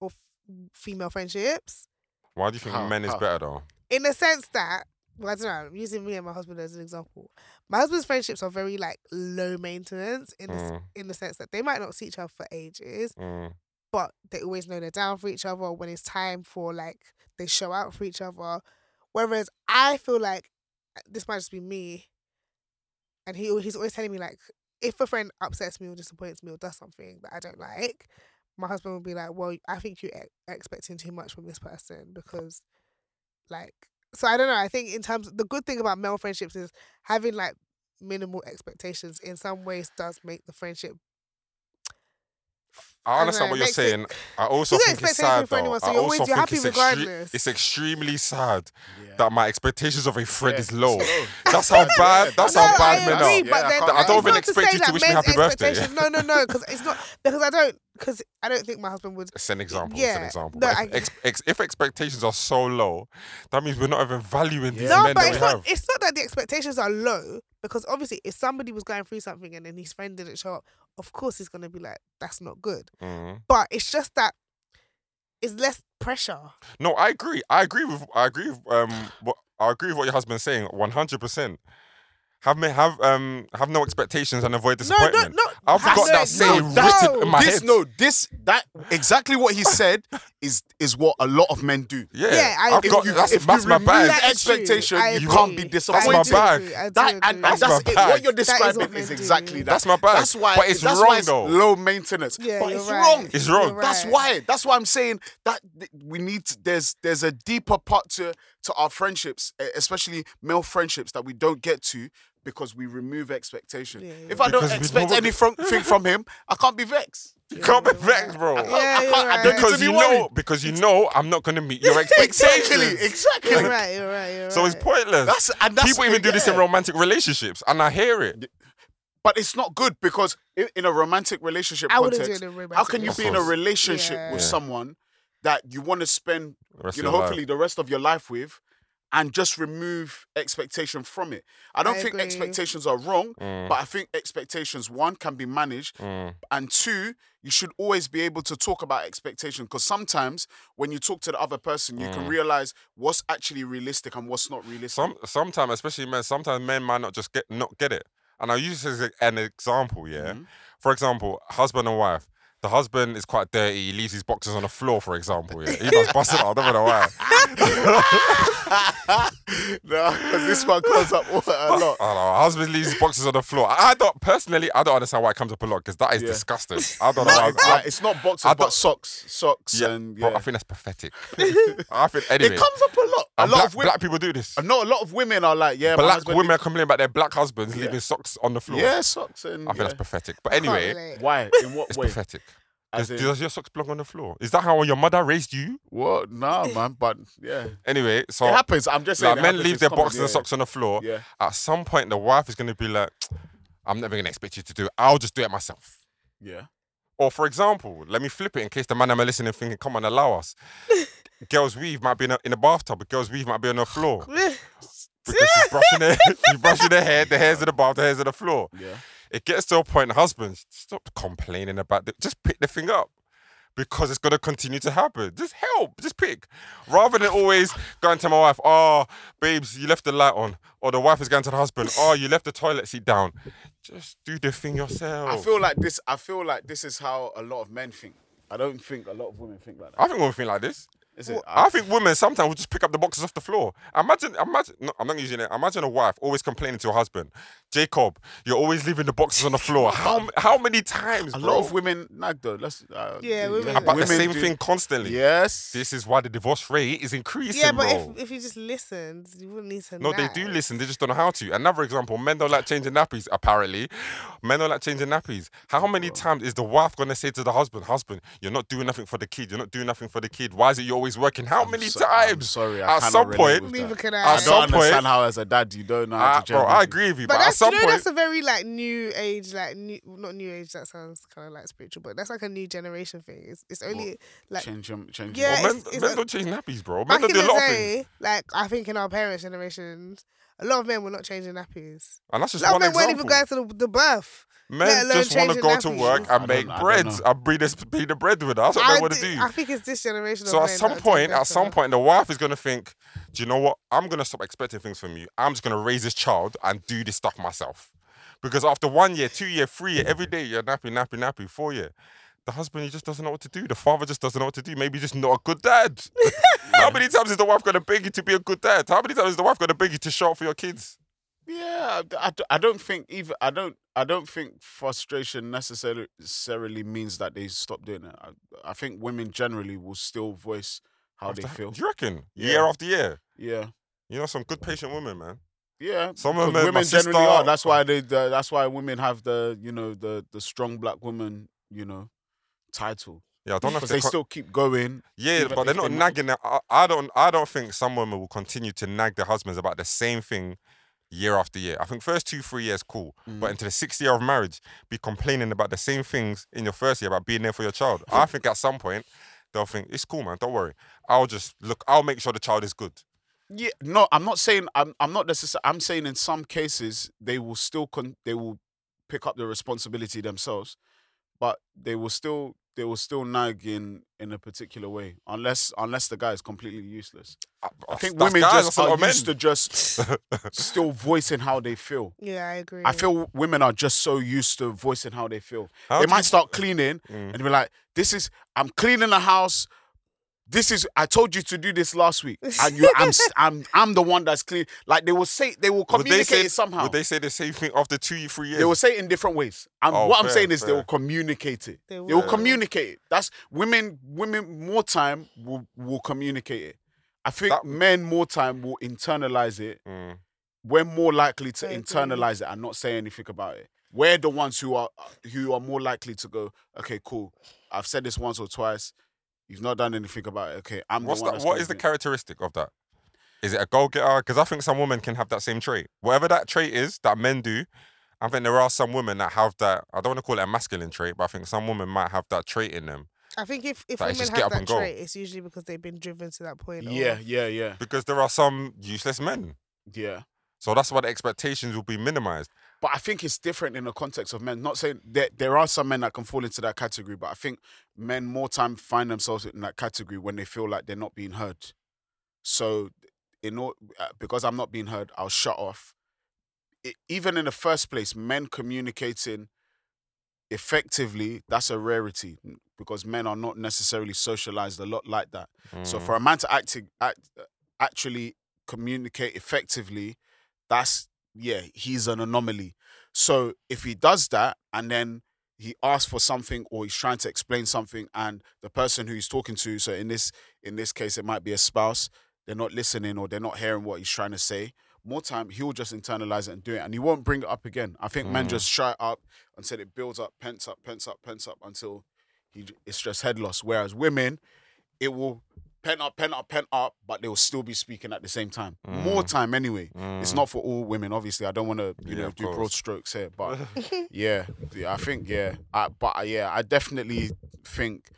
S2: or f- female friendships.
S1: Why do you think
S3: How-
S1: men is
S3: how?
S1: better though?
S2: in the sense that well, I don't know, I'm using me and my husband as an example. My husband's friendships are very like low maintenance in the, s
S1: Mm,
S2: in the sense that they might not see each other for ages,
S1: mm,
S2: but they always know they're down for each other when it's time for like they show out for each other. Whereas I feel like uh, this might just be me, and he al- he's always telling me like if a friend upsets me or disappoints me or does something that I don't like, my husband will be like, "Well, I think you're ex- expecting too much from this person because, like, so I don't know. I think in terms the good thing about male friendships is having like minimal expectations in some ways does make the friendship
S1: I
S2: know,
S1: understand
S2: it
S1: what you're
S2: makes it-
S1: saying. I also
S2: You don't
S1: think it's
S2: expect anything
S1: sad
S2: from
S1: though.
S2: anyone, so
S1: I
S2: you're
S1: also
S2: always- you're
S1: think
S2: happy
S1: it's, extre-
S2: regardless.
S1: it's extremely sad
S3: Yeah.
S1: that my expectations of a friend
S3: Yeah,
S1: is low.
S3: it's low.
S1: That's how bad. That's
S2: no,
S1: how bad
S2: I
S1: men
S2: agree,
S1: are.
S3: Yeah,
S2: but
S3: I
S2: then
S3: can't- I
S2: it's
S1: don't even
S2: not
S1: expect
S2: say
S1: you to
S2: that
S1: wish me
S2: men's
S1: happy birthday.
S2: expectations- No, no, no, because it's not because I don't because I don't think my
S1: [laughs]
S2: husband would.
S1: It's an example. It's an
S2: Yeah,
S1: example.
S2: no,
S1: But
S2: I-
S1: if, ex- ex- if expectations are so low, that means we're not even valuing these
S2: No,
S1: men
S2: but
S1: that we
S2: it's not.
S1: have.
S2: It's not that the expectations are low because obviously, if somebody was going through something and then his friend didn't show up, of course he's gonna be like, "That's not good."
S1: Mhm.
S2: But it's just that it's less pressure.
S1: No, I agree. I agree with. I agree. With, um, what, I agree with what your husband's saying. One hundred percent. Have me have um have no expectations and avoid
S2: No, no,
S1: disappointment.
S2: no.
S1: I've
S2: That's
S1: got
S2: it.
S1: that saying
S2: no,
S1: written in my
S3: this
S1: head.
S3: no, this that exactly what he said is is what a lot of men do.
S1: Yeah,
S2: Yeah, I
S1: have
S2: agree.
S1: got that's,
S3: if
S1: that's
S3: you
S1: my
S3: remove
S1: bag.
S2: That's
S3: expectation,
S2: true. I
S3: you
S2: agree.
S3: can't be
S2: That's
S3: disappointed.
S1: my bag.
S2: I do agree.
S3: That and, and
S1: That's
S3: that's,
S1: my
S3: it.
S1: bag.
S3: What you're
S2: That is what
S3: describing
S2: men
S3: is
S2: do.
S3: exactly that.
S1: That's my bag.
S3: That's why.
S1: But it's
S3: that's
S1: wrong,
S3: why it's
S1: though.
S3: Low maintenance.
S2: Yeah,
S3: but
S2: you're
S3: it's
S2: right.
S3: wrong.
S1: It's wrong.
S2: You're
S3: That's
S2: right.
S3: why. That's why I'm saying that th- we need. to- There's there's a deeper part to to our friendships, e- especially male friendships that we don't get to because we remove expedition.
S2: Yeah,
S3: If
S2: yeah.
S3: I don't
S1: Because we
S3: expect
S1: don't- [laughs]
S3: anything from him, I can't be vexed.
S1: You can't be
S2: you're right.
S1: vexed, bro.
S2: Yeah, you're
S3: can't- I
S2: right.
S3: don't need
S1: Because
S3: to be
S1: you know,
S3: worried.
S1: because you know, I'm not gonna meet your expectations.
S3: Exactly. Exactly.
S2: You're right. You're right. You're
S1: So it's
S2: right.
S1: pointless.
S3: That's- and that's-
S1: People even do this in
S3: yeah.
S1: romantic relationships, and I hear it.
S3: but it's not good because in, in a romantic relationship
S2: I wouldn't do
S3: context,
S2: it in a romantic
S3: how can you be in a
S1: relationship.
S3: relationship
S2: Yeah.
S3: with
S1: Yeah.
S3: someone that you want to spend,
S1: The rest
S3: you
S1: of
S3: know,
S1: your
S3: hopefully the rest of your life with, and just remove expectation from it? I don't
S2: I
S3: think
S2: agree.
S3: expectations are wrong,
S1: Mm.
S3: but I think expectations one can be managed, and two, you should always be able to talk about expectation because sometimes when you talk to the other person, you can realize what's actually realistic and what's not realistic.
S1: Mm. Some sometimes, especially men, sometimes men might not just get not get it. And I use this as a- an example, yeah.
S3: Mm-hmm.
S1: For example, husband and wife. The husband is quite dirty. He leaves his boxes on the floor, for example. Yeah, he
S3: [laughs]
S1: does bust it out. I don't know why.
S3: no, [laughs] because this one comes up a lot.
S1: I don't know. Husband leaves his boxes on the floor. I don't personally. I don't understand why it comes up a lot because that is
S3: Yeah.
S1: disgusting. I
S3: [laughs]
S1: don't know.
S3: Uh,
S1: I,
S3: uh,
S1: I,
S3: it's not
S1: I
S3: boxers,
S1: don't-
S3: but socks, socks, and yeah.
S1: bro, I think that's
S3: [laughs]
S1: pathetic. I think anyway.
S3: it comes up a lot. A
S1: and
S3: lot
S1: black,
S3: of women,
S1: black people do this.
S3: no, a lot of women are like, yeah, my
S1: Black
S3: husband
S1: women are
S3: leaves-
S1: complaining about their black husbands leaving socks on the floor.
S3: yeah, socks, and
S1: I think
S3: yeah.
S1: that's pathetic. But
S2: [laughs] Can't
S1: anyway,
S2: relate.
S3: why? In what
S1: it's
S3: way?
S1: pathetic.
S3: As
S1: Does,
S3: in-
S1: does your socks belong on the floor? Is that how your mother raised you?
S3: What? [laughs] Nah, man. But yeah,
S1: Anyway, so
S3: it happens. I'm just saying.
S1: like,
S3: it
S1: men
S3: happens.
S1: leave
S3: It's
S1: their
S3: common,
S1: boxes
S3: yeah.
S1: and socks on the floor.
S3: Yeah.
S1: At some point, the wife is going to be like, "I'm never going to expect you to do it. I'll just do it myself."
S3: Yeah.
S1: Or for example, let me flip it in case the man I'm listening thinking, come on, allow
S3: [laughs]
S1: us. girls weave might be in a, in a bathtub, but girls weave might be on the floor. Because she's brushing her, [laughs] she's brushing her hair, the hair's in the bath, the hair's on the floor.
S3: Yeah.
S1: It gets to a point, husbands, stop complaining about it. Just pick the thing up. Because it's gonna continue to happen. Just help, just pick. Rather than always going to my wife, oh, babes, you left the light on. Or the wife is going to the husband, oh, you left the toilet seat down. Just do the thing yourself.
S3: I feel like this. I feel like this is how a lot of men think. I don't think a lot of women think like that.
S1: I think women think like this.
S3: Is it?
S1: I think women sometimes will just pick up the boxes off the floor. Imagine, imagine. No, I'm not using it. Imagine a wife always complaining to her husband, Jacob, you're always leaving the boxes on the
S3: [laughs]
S1: floor. How how many times,
S3: a
S1: bro?
S3: lot of women nag though. Let's. Uh,
S2: Yeah, women-
S1: about the
S2: women
S1: same
S3: do-
S1: thing constantly.
S3: Yes.
S1: This is why the divorce rate is increasing,
S2: [laughs] Yeah,
S1: bro.
S2: but if, if you just listened, you wouldn't need to.
S1: no, they do listen. They just don't know how to. Another example: men don't like changing nappies. Apparently, men don't like changing nappies. How many times is the wife gonna say to the husband, "Husband, you're not doing nothing for the kid. You're not doing nothing for the kid. Why is it you're always working? How many
S3: so-
S1: times?
S3: I'm sorry, I
S1: At
S3: cannot
S1: some
S3: relate
S1: point,
S3: with
S2: Neither
S3: that.
S2: can
S1: I
S2: I.
S3: I
S1: some
S3: don't
S1: point-
S3: understand how, as a dad, you don't know how
S1: Ah,
S3: to
S1: bro,
S3: juggle
S1: I
S3: things.
S1: agree with you, but,
S2: But
S1: at
S2: that's you
S1: some
S2: know
S1: point,
S2: that's a very like new age like new not new age that sounds kind of like spiritual but that's like a new generation thing. It's it's only like
S3: Change your, change
S1: Bro,
S3: your
S2: Yeah,
S1: men,
S2: it's- it's
S1: men
S2: a-
S1: don't change nappies, bro. Men
S2: back in
S1: don't do a
S2: the
S1: lot of things,
S2: day like I think in our parents' generations a lot of men were not changing nappies.
S1: and that's
S2: A
S1: just
S2: lot
S1: one
S2: of men weren't
S1: example.
S2: even going to the, the birth. let
S1: men
S2: alone
S1: just want to
S2: changing
S1: go to
S2: nappies.
S1: work
S3: I
S1: and
S3: don't
S1: make
S3: know, I don't
S1: breads
S3: know.
S1: and be the, be the breadwinner. That's what men want to
S2: thi-
S1: do.
S2: I think it's this generation.
S1: So
S2: of
S1: at
S2: men
S1: some
S2: that are
S1: point,
S2: doing
S1: at some
S2: better.
S1: point, the wife is gonna think, "Do you know what? I'm gonna stop expecting things from you. I'm just gonna raise this child and do this stuff myself." Because after one year, two year, three year, every day you're nappy, nappy, nappy. Four year, the husband he just doesn't know what to do. The father just doesn't know what to do. Maybe he's just not a good dad. How many times is the wife gonna beg you to be a good dad? How many times is the wife gonna beg you to show up for your kids?
S3: Yeah, I, I d- I don't think even I don't I don't think frustration necessarily necessarily means that they stop doing it. I, I think women generally will still voice how they
S1: After-
S3: feel.
S1: Do you reckon?
S3: Yeah.
S1: Year after year.
S3: Yeah,
S1: You know, some good patient women, man.
S3: yeah.
S1: Some of them,
S3: because
S1: my
S3: women
S1: sister-
S3: generally are. That's why they. The, that's why women have the you know the the strong black woman you know title.
S1: Yeah, I don't know if
S3: Because they
S1: they. Con-
S3: still keep going.
S1: yeah,
S3: even
S1: but they're
S3: if
S1: not
S3: they-
S1: nagging. Their, I, I don't. I don't think some women will continue to nag their husbands about the same thing year after year. I think first two, three years, cool.
S3: Mm.
S1: But into the sixth year of marriage, be complaining about the same things in your first year about being there for your child. I think at some point they'll think it's cool, man. Don't worry. I'll just look. I'll make sure the child is good.
S3: Yeah, no, I'm not saying I'm. I'm not necessarily. I'm saying in some cases they will still con- they will pick up the responsibility themselves, but they will still they will still nag in in a particular way unless unless the guy is completely useless.
S1: I,
S3: I think
S1: that's
S3: women
S1: guys,
S3: just
S1: that's what
S3: are
S1: I meant.
S3: used to just
S1: [laughs]
S3: still voicing how they feel.
S2: Yeah, I agree.
S1: Mm.
S3: I feel women are just so used to voicing how they feel.
S1: How Mm.
S3: they
S1: do
S3: might
S1: you-
S3: start cleaning and be like, "This is I'm cleaning the house. This is I told you to do this last week, and you
S1: [laughs]
S3: I'm s- I'm I'm the one that's clean." Like they will say they will
S1: Would they
S3: communicate
S1: say,
S3: it somehow.
S1: Would
S3: they,
S1: they say the same thing after two, three years?
S3: will say it in different ways. And
S1: Oh,
S3: what I'm
S1: fair,
S3: saying is they
S1: fair.
S3: will communicate it.
S2: They
S3: They will,
S2: will.
S3: communicate it. That's women. Women more time will will communicate it. I think
S1: That-
S3: men more time will internalize it
S1: Mm.
S3: we're more likely to
S2: I agree.
S3: internalize it and not say anything about it. We're the ones who are who are more likely to go, okay, cool. I've said this once or twice. You've not done anything about it. Okay, I'm
S1: What's
S3: the one.
S1: that?
S3: that's
S1: What
S3: gonna
S1: is the
S3: do it."
S1: characteristic of that? Is it a goal getter? Because I think some women can have that same trait. Whatever that trait is that men do, I think there are some women that have that. I don't want to call it a masculine trait, but I think some women might have that trait in them
S2: I think if, if
S1: Like,
S2: women
S1: it's just
S2: have
S1: get up
S2: that
S1: and go.
S2: trait, it's usually because they've been driven to that point. or-
S3: Yeah, yeah, yeah,
S1: because there are some useless men.
S3: yeah.
S1: So that's why the expectations will be minimized.
S3: But I think it's different in the context of men. Not saying that there are some men that can fall into that category, but I think men more time find themselves in that category when they feel like they're not being heard. So, in all, uh, because I'm not being heard, I'll shut off. E- even in the first place, men communicating effectively, that's a rarity n- because men are not necessarily socialized a lot like that. So,
S1: Mm.
S3: for a man to act, act, uh, actually communicate effectively, that's yeah, he's an anomaly. So if he does that and then he asks for something or he's trying to explain something and the person who he's talking to, so in this in this case it might be a spouse, they're not listening or they're not hearing what he's trying to say. More time, he'll just internalize it and do it, and he won't bring it up again. I think men just shut up until it builds up, pent up, pent up, pent up until he j- it's just head loss. Whereas women, it will pent up, pent up, pent up, but they will still be speaking at the same time.
S1: Mm.
S3: More time anyway. It's not for all women, obviously. I don't want to,
S1: Yeah,
S3: you know,
S1: of
S3: do broad
S1: course.
S3: strokes here,
S1: [laughs]
S3: but yeah, yeah, I think yeah, I, but uh, yeah, I definitely think,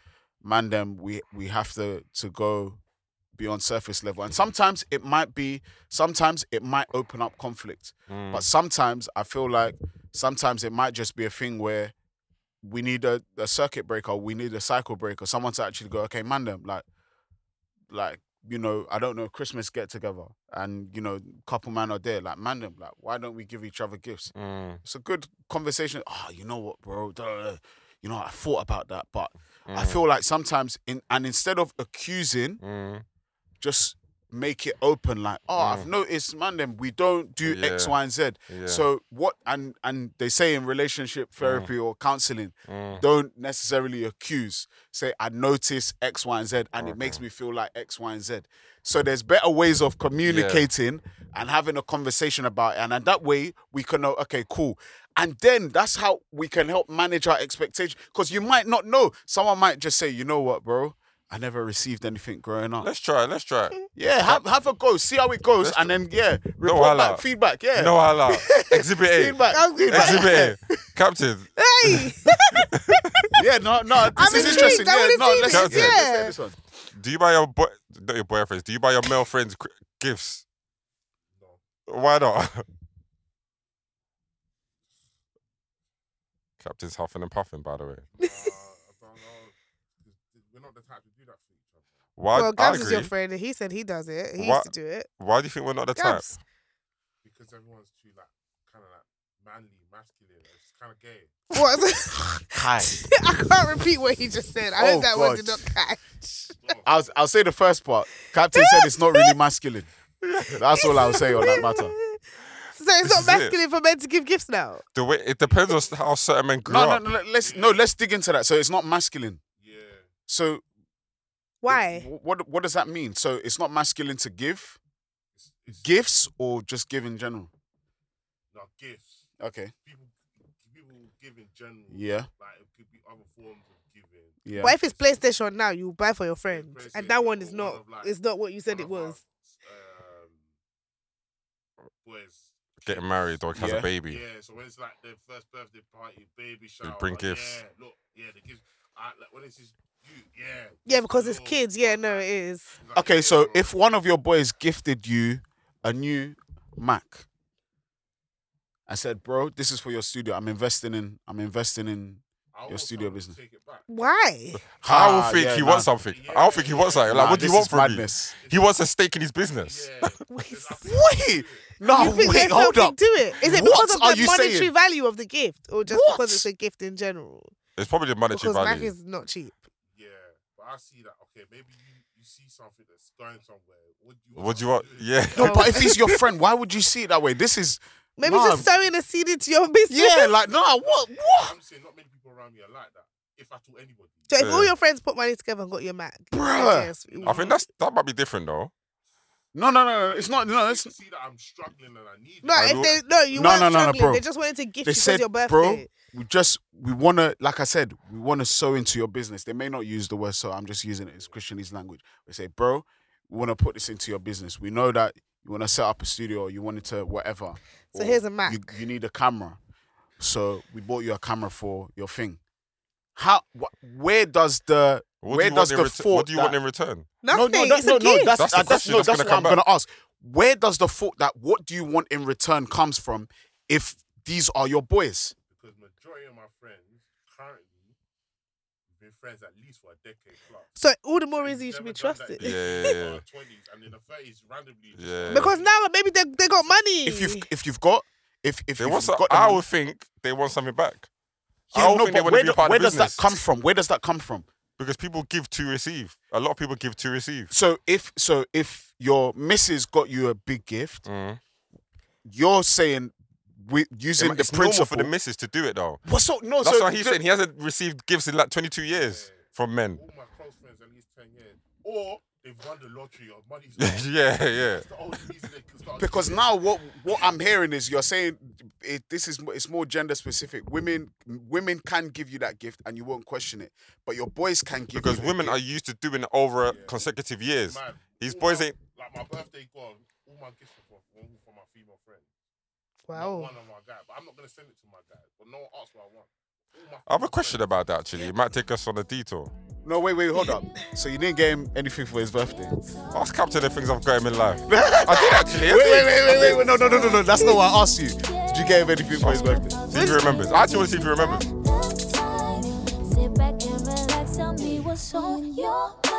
S3: man, them we we have to to go beyond surface level, and sometimes it might be, sometimes it might open up conflict,
S1: Mm.
S3: but sometimes I feel like sometimes it might just be a thing where we need a, a circuit breaker, we need a cycle breaker, someone to actually go, okay, man, them like, like you know, I don't know, Christmas get together, and you know, couple man are there, like, man, them like, why don't we give each other gifts?
S1: Mm.
S3: it's a good conversation. Oh, you know what, bro? Da, da, da. You know, I thought about that, but I feel like sometimes, in, and instead of accusing,
S1: Mm.
S3: just make it open. Like, oh, I've noticed, man, them we don't do X,
S1: Yeah.
S3: Y, and Z.
S1: Yeah.
S3: So what? And and they say in relationship therapy or counseling,
S1: Mm.
S3: don't necessarily accuse. Say, I notice X, Y, and Z, and it makes me feel like X, Y, and Z. So there's better ways of communicating and having a conversation about it. And in that way, we can know, okay, cool. And then that's how we can help manage our expectations. Because you might not know. Someone might just say, you know what, bro? I never received anything growing up.
S1: Let's try. it, Let's try. it.
S3: Yeah, have, have a go, see how it goes, and then yeah, report
S1: holla.
S3: back, feedback. Yeah,
S1: Oh, No
S3: [laughs]
S1: halal. Exhibit A.
S3: feedback, feedback.
S1: Exhibit
S3: [laughs]
S1: A. Captain.
S2: [laughs] Hey!
S3: Yeah, no, no, this
S2: I'm
S3: is
S2: intrigued,
S3: interesting.
S2: I
S3: Yeah, no,
S2: wanna see
S1: this,
S3: let's let's hear
S2: yeah.
S3: this one.
S1: Do you buy your boy, not your boyfriends? Do you buy your male friends cr- gifts? Why not? [laughs] Captain's huffing and puffing, by the way. Why?
S2: well,
S1: [laughs] I
S2: Gabs is your
S1: agree.
S2: friend, and he said he does it. He
S1: What?
S2: used to do it.
S1: Why do you think we're not the type?
S2: Gabs.
S5: because everyone's too like kind of like manly, masculine. It's kind of gay.
S2: What? [laughs]
S3: Hi.
S2: I can't repeat what he just said. I
S3: Oh,
S2: hope that one did
S3: God.
S2: not
S1: [laughs]
S2: catch.
S3: I'll, I'll say the first part. Captain said it's not really masculine. That's all I'll say on that
S2: [laughs]
S3: matter.
S2: So it's
S1: This
S2: not
S1: is it.
S2: masculine for men to give gifts now.
S1: The way it depends on s- how certain men grew
S3: No, no,
S1: up.
S3: no. Let's no. Let's dig into that. So it's not masculine.
S5: Yeah.
S3: So
S2: Why?
S3: wh- What What does that mean? So it's not masculine to give gifts or just give in general.
S5: Now gifts.
S3: Okay.
S5: People people give in general.
S3: Yeah.
S5: Like it could be other forms of giving.
S3: Yeah.
S2: But if it's PlayStation now, you buy for your friend, and that
S5: PlayStation
S2: one is
S5: or one
S2: not
S5: of, like,
S2: is not what you said
S5: one
S2: it
S5: of our,
S2: was.
S5: um, boys.
S1: Getting married or has
S3: Yeah.
S1: a baby.
S5: Yeah, so when it's like their first birthday party, baby shower.
S1: bring
S5: like,
S1: gifts.
S5: Yeah, look, yeah, the gifts. I, like, when it's just you, yeah.
S2: Yeah,
S5: this
S2: because
S5: is
S2: it's
S5: yours.
S2: kids. Yeah, no, it is.
S5: It's like,
S3: Okay,
S5: yeah,
S3: so
S5: bro.
S3: if one of your boys gifted you a new Mac, I said, bro, this is for your studio. I'm investing in. I'm investing in.
S5: I
S3: your
S5: will
S3: studio
S5: tell them to
S3: business.
S5: Take it
S3: [laughs]
S5: back.
S2: Why? [laughs]
S1: I don't think
S3: Ah, yeah,
S1: he
S3: nah.
S1: wants something. I don't think he wants something. Like,
S3: Nah,
S1: what do you
S3: this
S1: want
S3: is
S1: from
S3: madness.
S1: me? He wants a stake in his business.
S5: Yeah.
S2: Wait,
S3: Wait, no, Oh,
S2: you think
S3: wait,
S2: there's
S3: hold
S2: something
S3: up.
S2: to it? Is
S3: What
S2: it because of
S3: are
S2: the
S3: you
S2: monetary
S3: saying?
S2: value of the gift, or just
S3: What?
S2: because it's a gift in general?
S1: It's probably the monetary
S2: Because Mac
S1: value.
S2: is not cheap.
S5: Yeah, but I see that. Okay, maybe you, you see something that's going somewhere. What do you want?
S1: What do you
S5: us
S1: want?
S5: to do?
S1: Yeah.
S3: No, but if he's your friend, why would you see it that way? This is
S2: Maybe
S3: Nah.
S2: just sowing a seed into your business.
S3: yeah, like no, what, what,
S5: I'm saying not many people around me are like that. If at all anybody.
S2: So if all
S1: Yeah.
S2: your friends put money together and got your Mac,
S3: Bruh.
S2: yes, it
S1: I
S2: would-
S3: Mm.
S1: think that's that might be different though.
S3: no, no, no, no, it's not, no,
S5: If
S3: it's
S5: you see that I'm struggling and I need
S2: no,
S5: it,
S1: I
S2: if
S1: will-
S2: they no, you
S3: No,
S2: weren't
S3: no, no, no,
S2: struggling.
S3: bro.
S2: They just wanted to gift
S3: they
S2: you
S3: said,
S2: for your birthday.
S3: bro, we just we wanna, like I said, we wanna sow into your business. They may not use the word so. I'm just using it. It's Christianese language. We say, bro, we wanna put this into your business. We know that you wanna set up a studio, or you wanted to whatever.
S2: So
S3: or
S2: here's a Mac.
S3: You, you need a camera, so we bought you a camera for your thing. How? Wh- where does the
S1: What
S3: where
S1: do you
S3: does
S1: want in
S3: the
S1: retu-
S3: thought
S1: What do you want
S3: that-
S1: in return?
S2: Nothing.
S3: No, no, that,
S2: it's
S3: no,
S2: a
S3: no.
S2: gift.
S3: That's
S1: That's
S3: that's,
S1: the
S3: uh, that's,
S1: question
S3: no,
S1: that's
S3: that's
S1: gonna
S3: what I'm
S1: come
S3: going to ask. Where does the thought that what do you want in return comes from? If these are your boys,
S5: because majority of my friends currently have been friends at least for a decade plus.
S2: so all the more reason
S5: They've
S2: you should be
S5: never done that
S2: trusted.
S1: Yeah, yeah,
S5: in the
S1: yeah.
S5: 20s and in the 30s randomly. just-
S1: Yeah.
S2: Because now maybe they they got money.
S3: if you've if you've got if if
S1: They
S3: if
S1: want
S3: you've
S1: some,
S3: got them-
S1: I would think they want something back. I
S3: Yeah,
S1: would
S3: no,
S1: think they
S3: but
S1: want
S3: where,
S1: to be
S3: do-
S1: a part
S3: where
S1: of the
S3: does that
S1: business.
S3: come from? Where does that come from?
S1: Because people give to receive. A lot of people give to receive.
S3: So if so if your missus got you a big gift,
S1: Mm.
S3: you're saying we
S1: It's,
S3: using the
S1: normal
S3: principle.
S1: for the missus to do it though.
S3: What's so no?
S1: That's
S3: so
S1: what he's saying. He hasn't received gifts in like 22 years from men. [laughs]
S5: All my close friends at least 10 years. Or they've won the lottery or
S1: [laughs]
S5: money's
S1: yeah, yeah.
S5: That's the only reason they can start
S3: because
S5: doing
S3: now what what I'm hearing is you're saying it, this is it's more gender specific. Women women can give you that gift and you won't question it, but your boys can give
S1: Because
S3: you that
S1: women are used to doing it over consecutive
S5: it.
S1: years.
S5: Man,
S1: His
S5: all
S1: boys
S5: my-
S1: ain't.
S5: Like my birthday gone, all my gifts were for, were all for my female friend. Not
S2: wow.
S5: one of my guys. But I'm not going to send it to my guys. But no one asks what I want. All my
S1: I have a
S5: female
S1: question
S5: friends.
S1: about that actually. It might take us on a detour.
S3: gift. No, wait, wait, hold [laughs] up. So you didn't get him anything for his birthday?
S1: Ask Captain the things I've got him in life. [laughs] I did actually. I
S3: Wait, wait,
S1: did.
S3: wait, wait, wait, wait. No, no, no, no, no. That's not what I asked you. Did you get him anything for his birthday?
S1: See if he remembers. I actually want to see if he remembers.
S6: Sit back and relax, tell me what's on your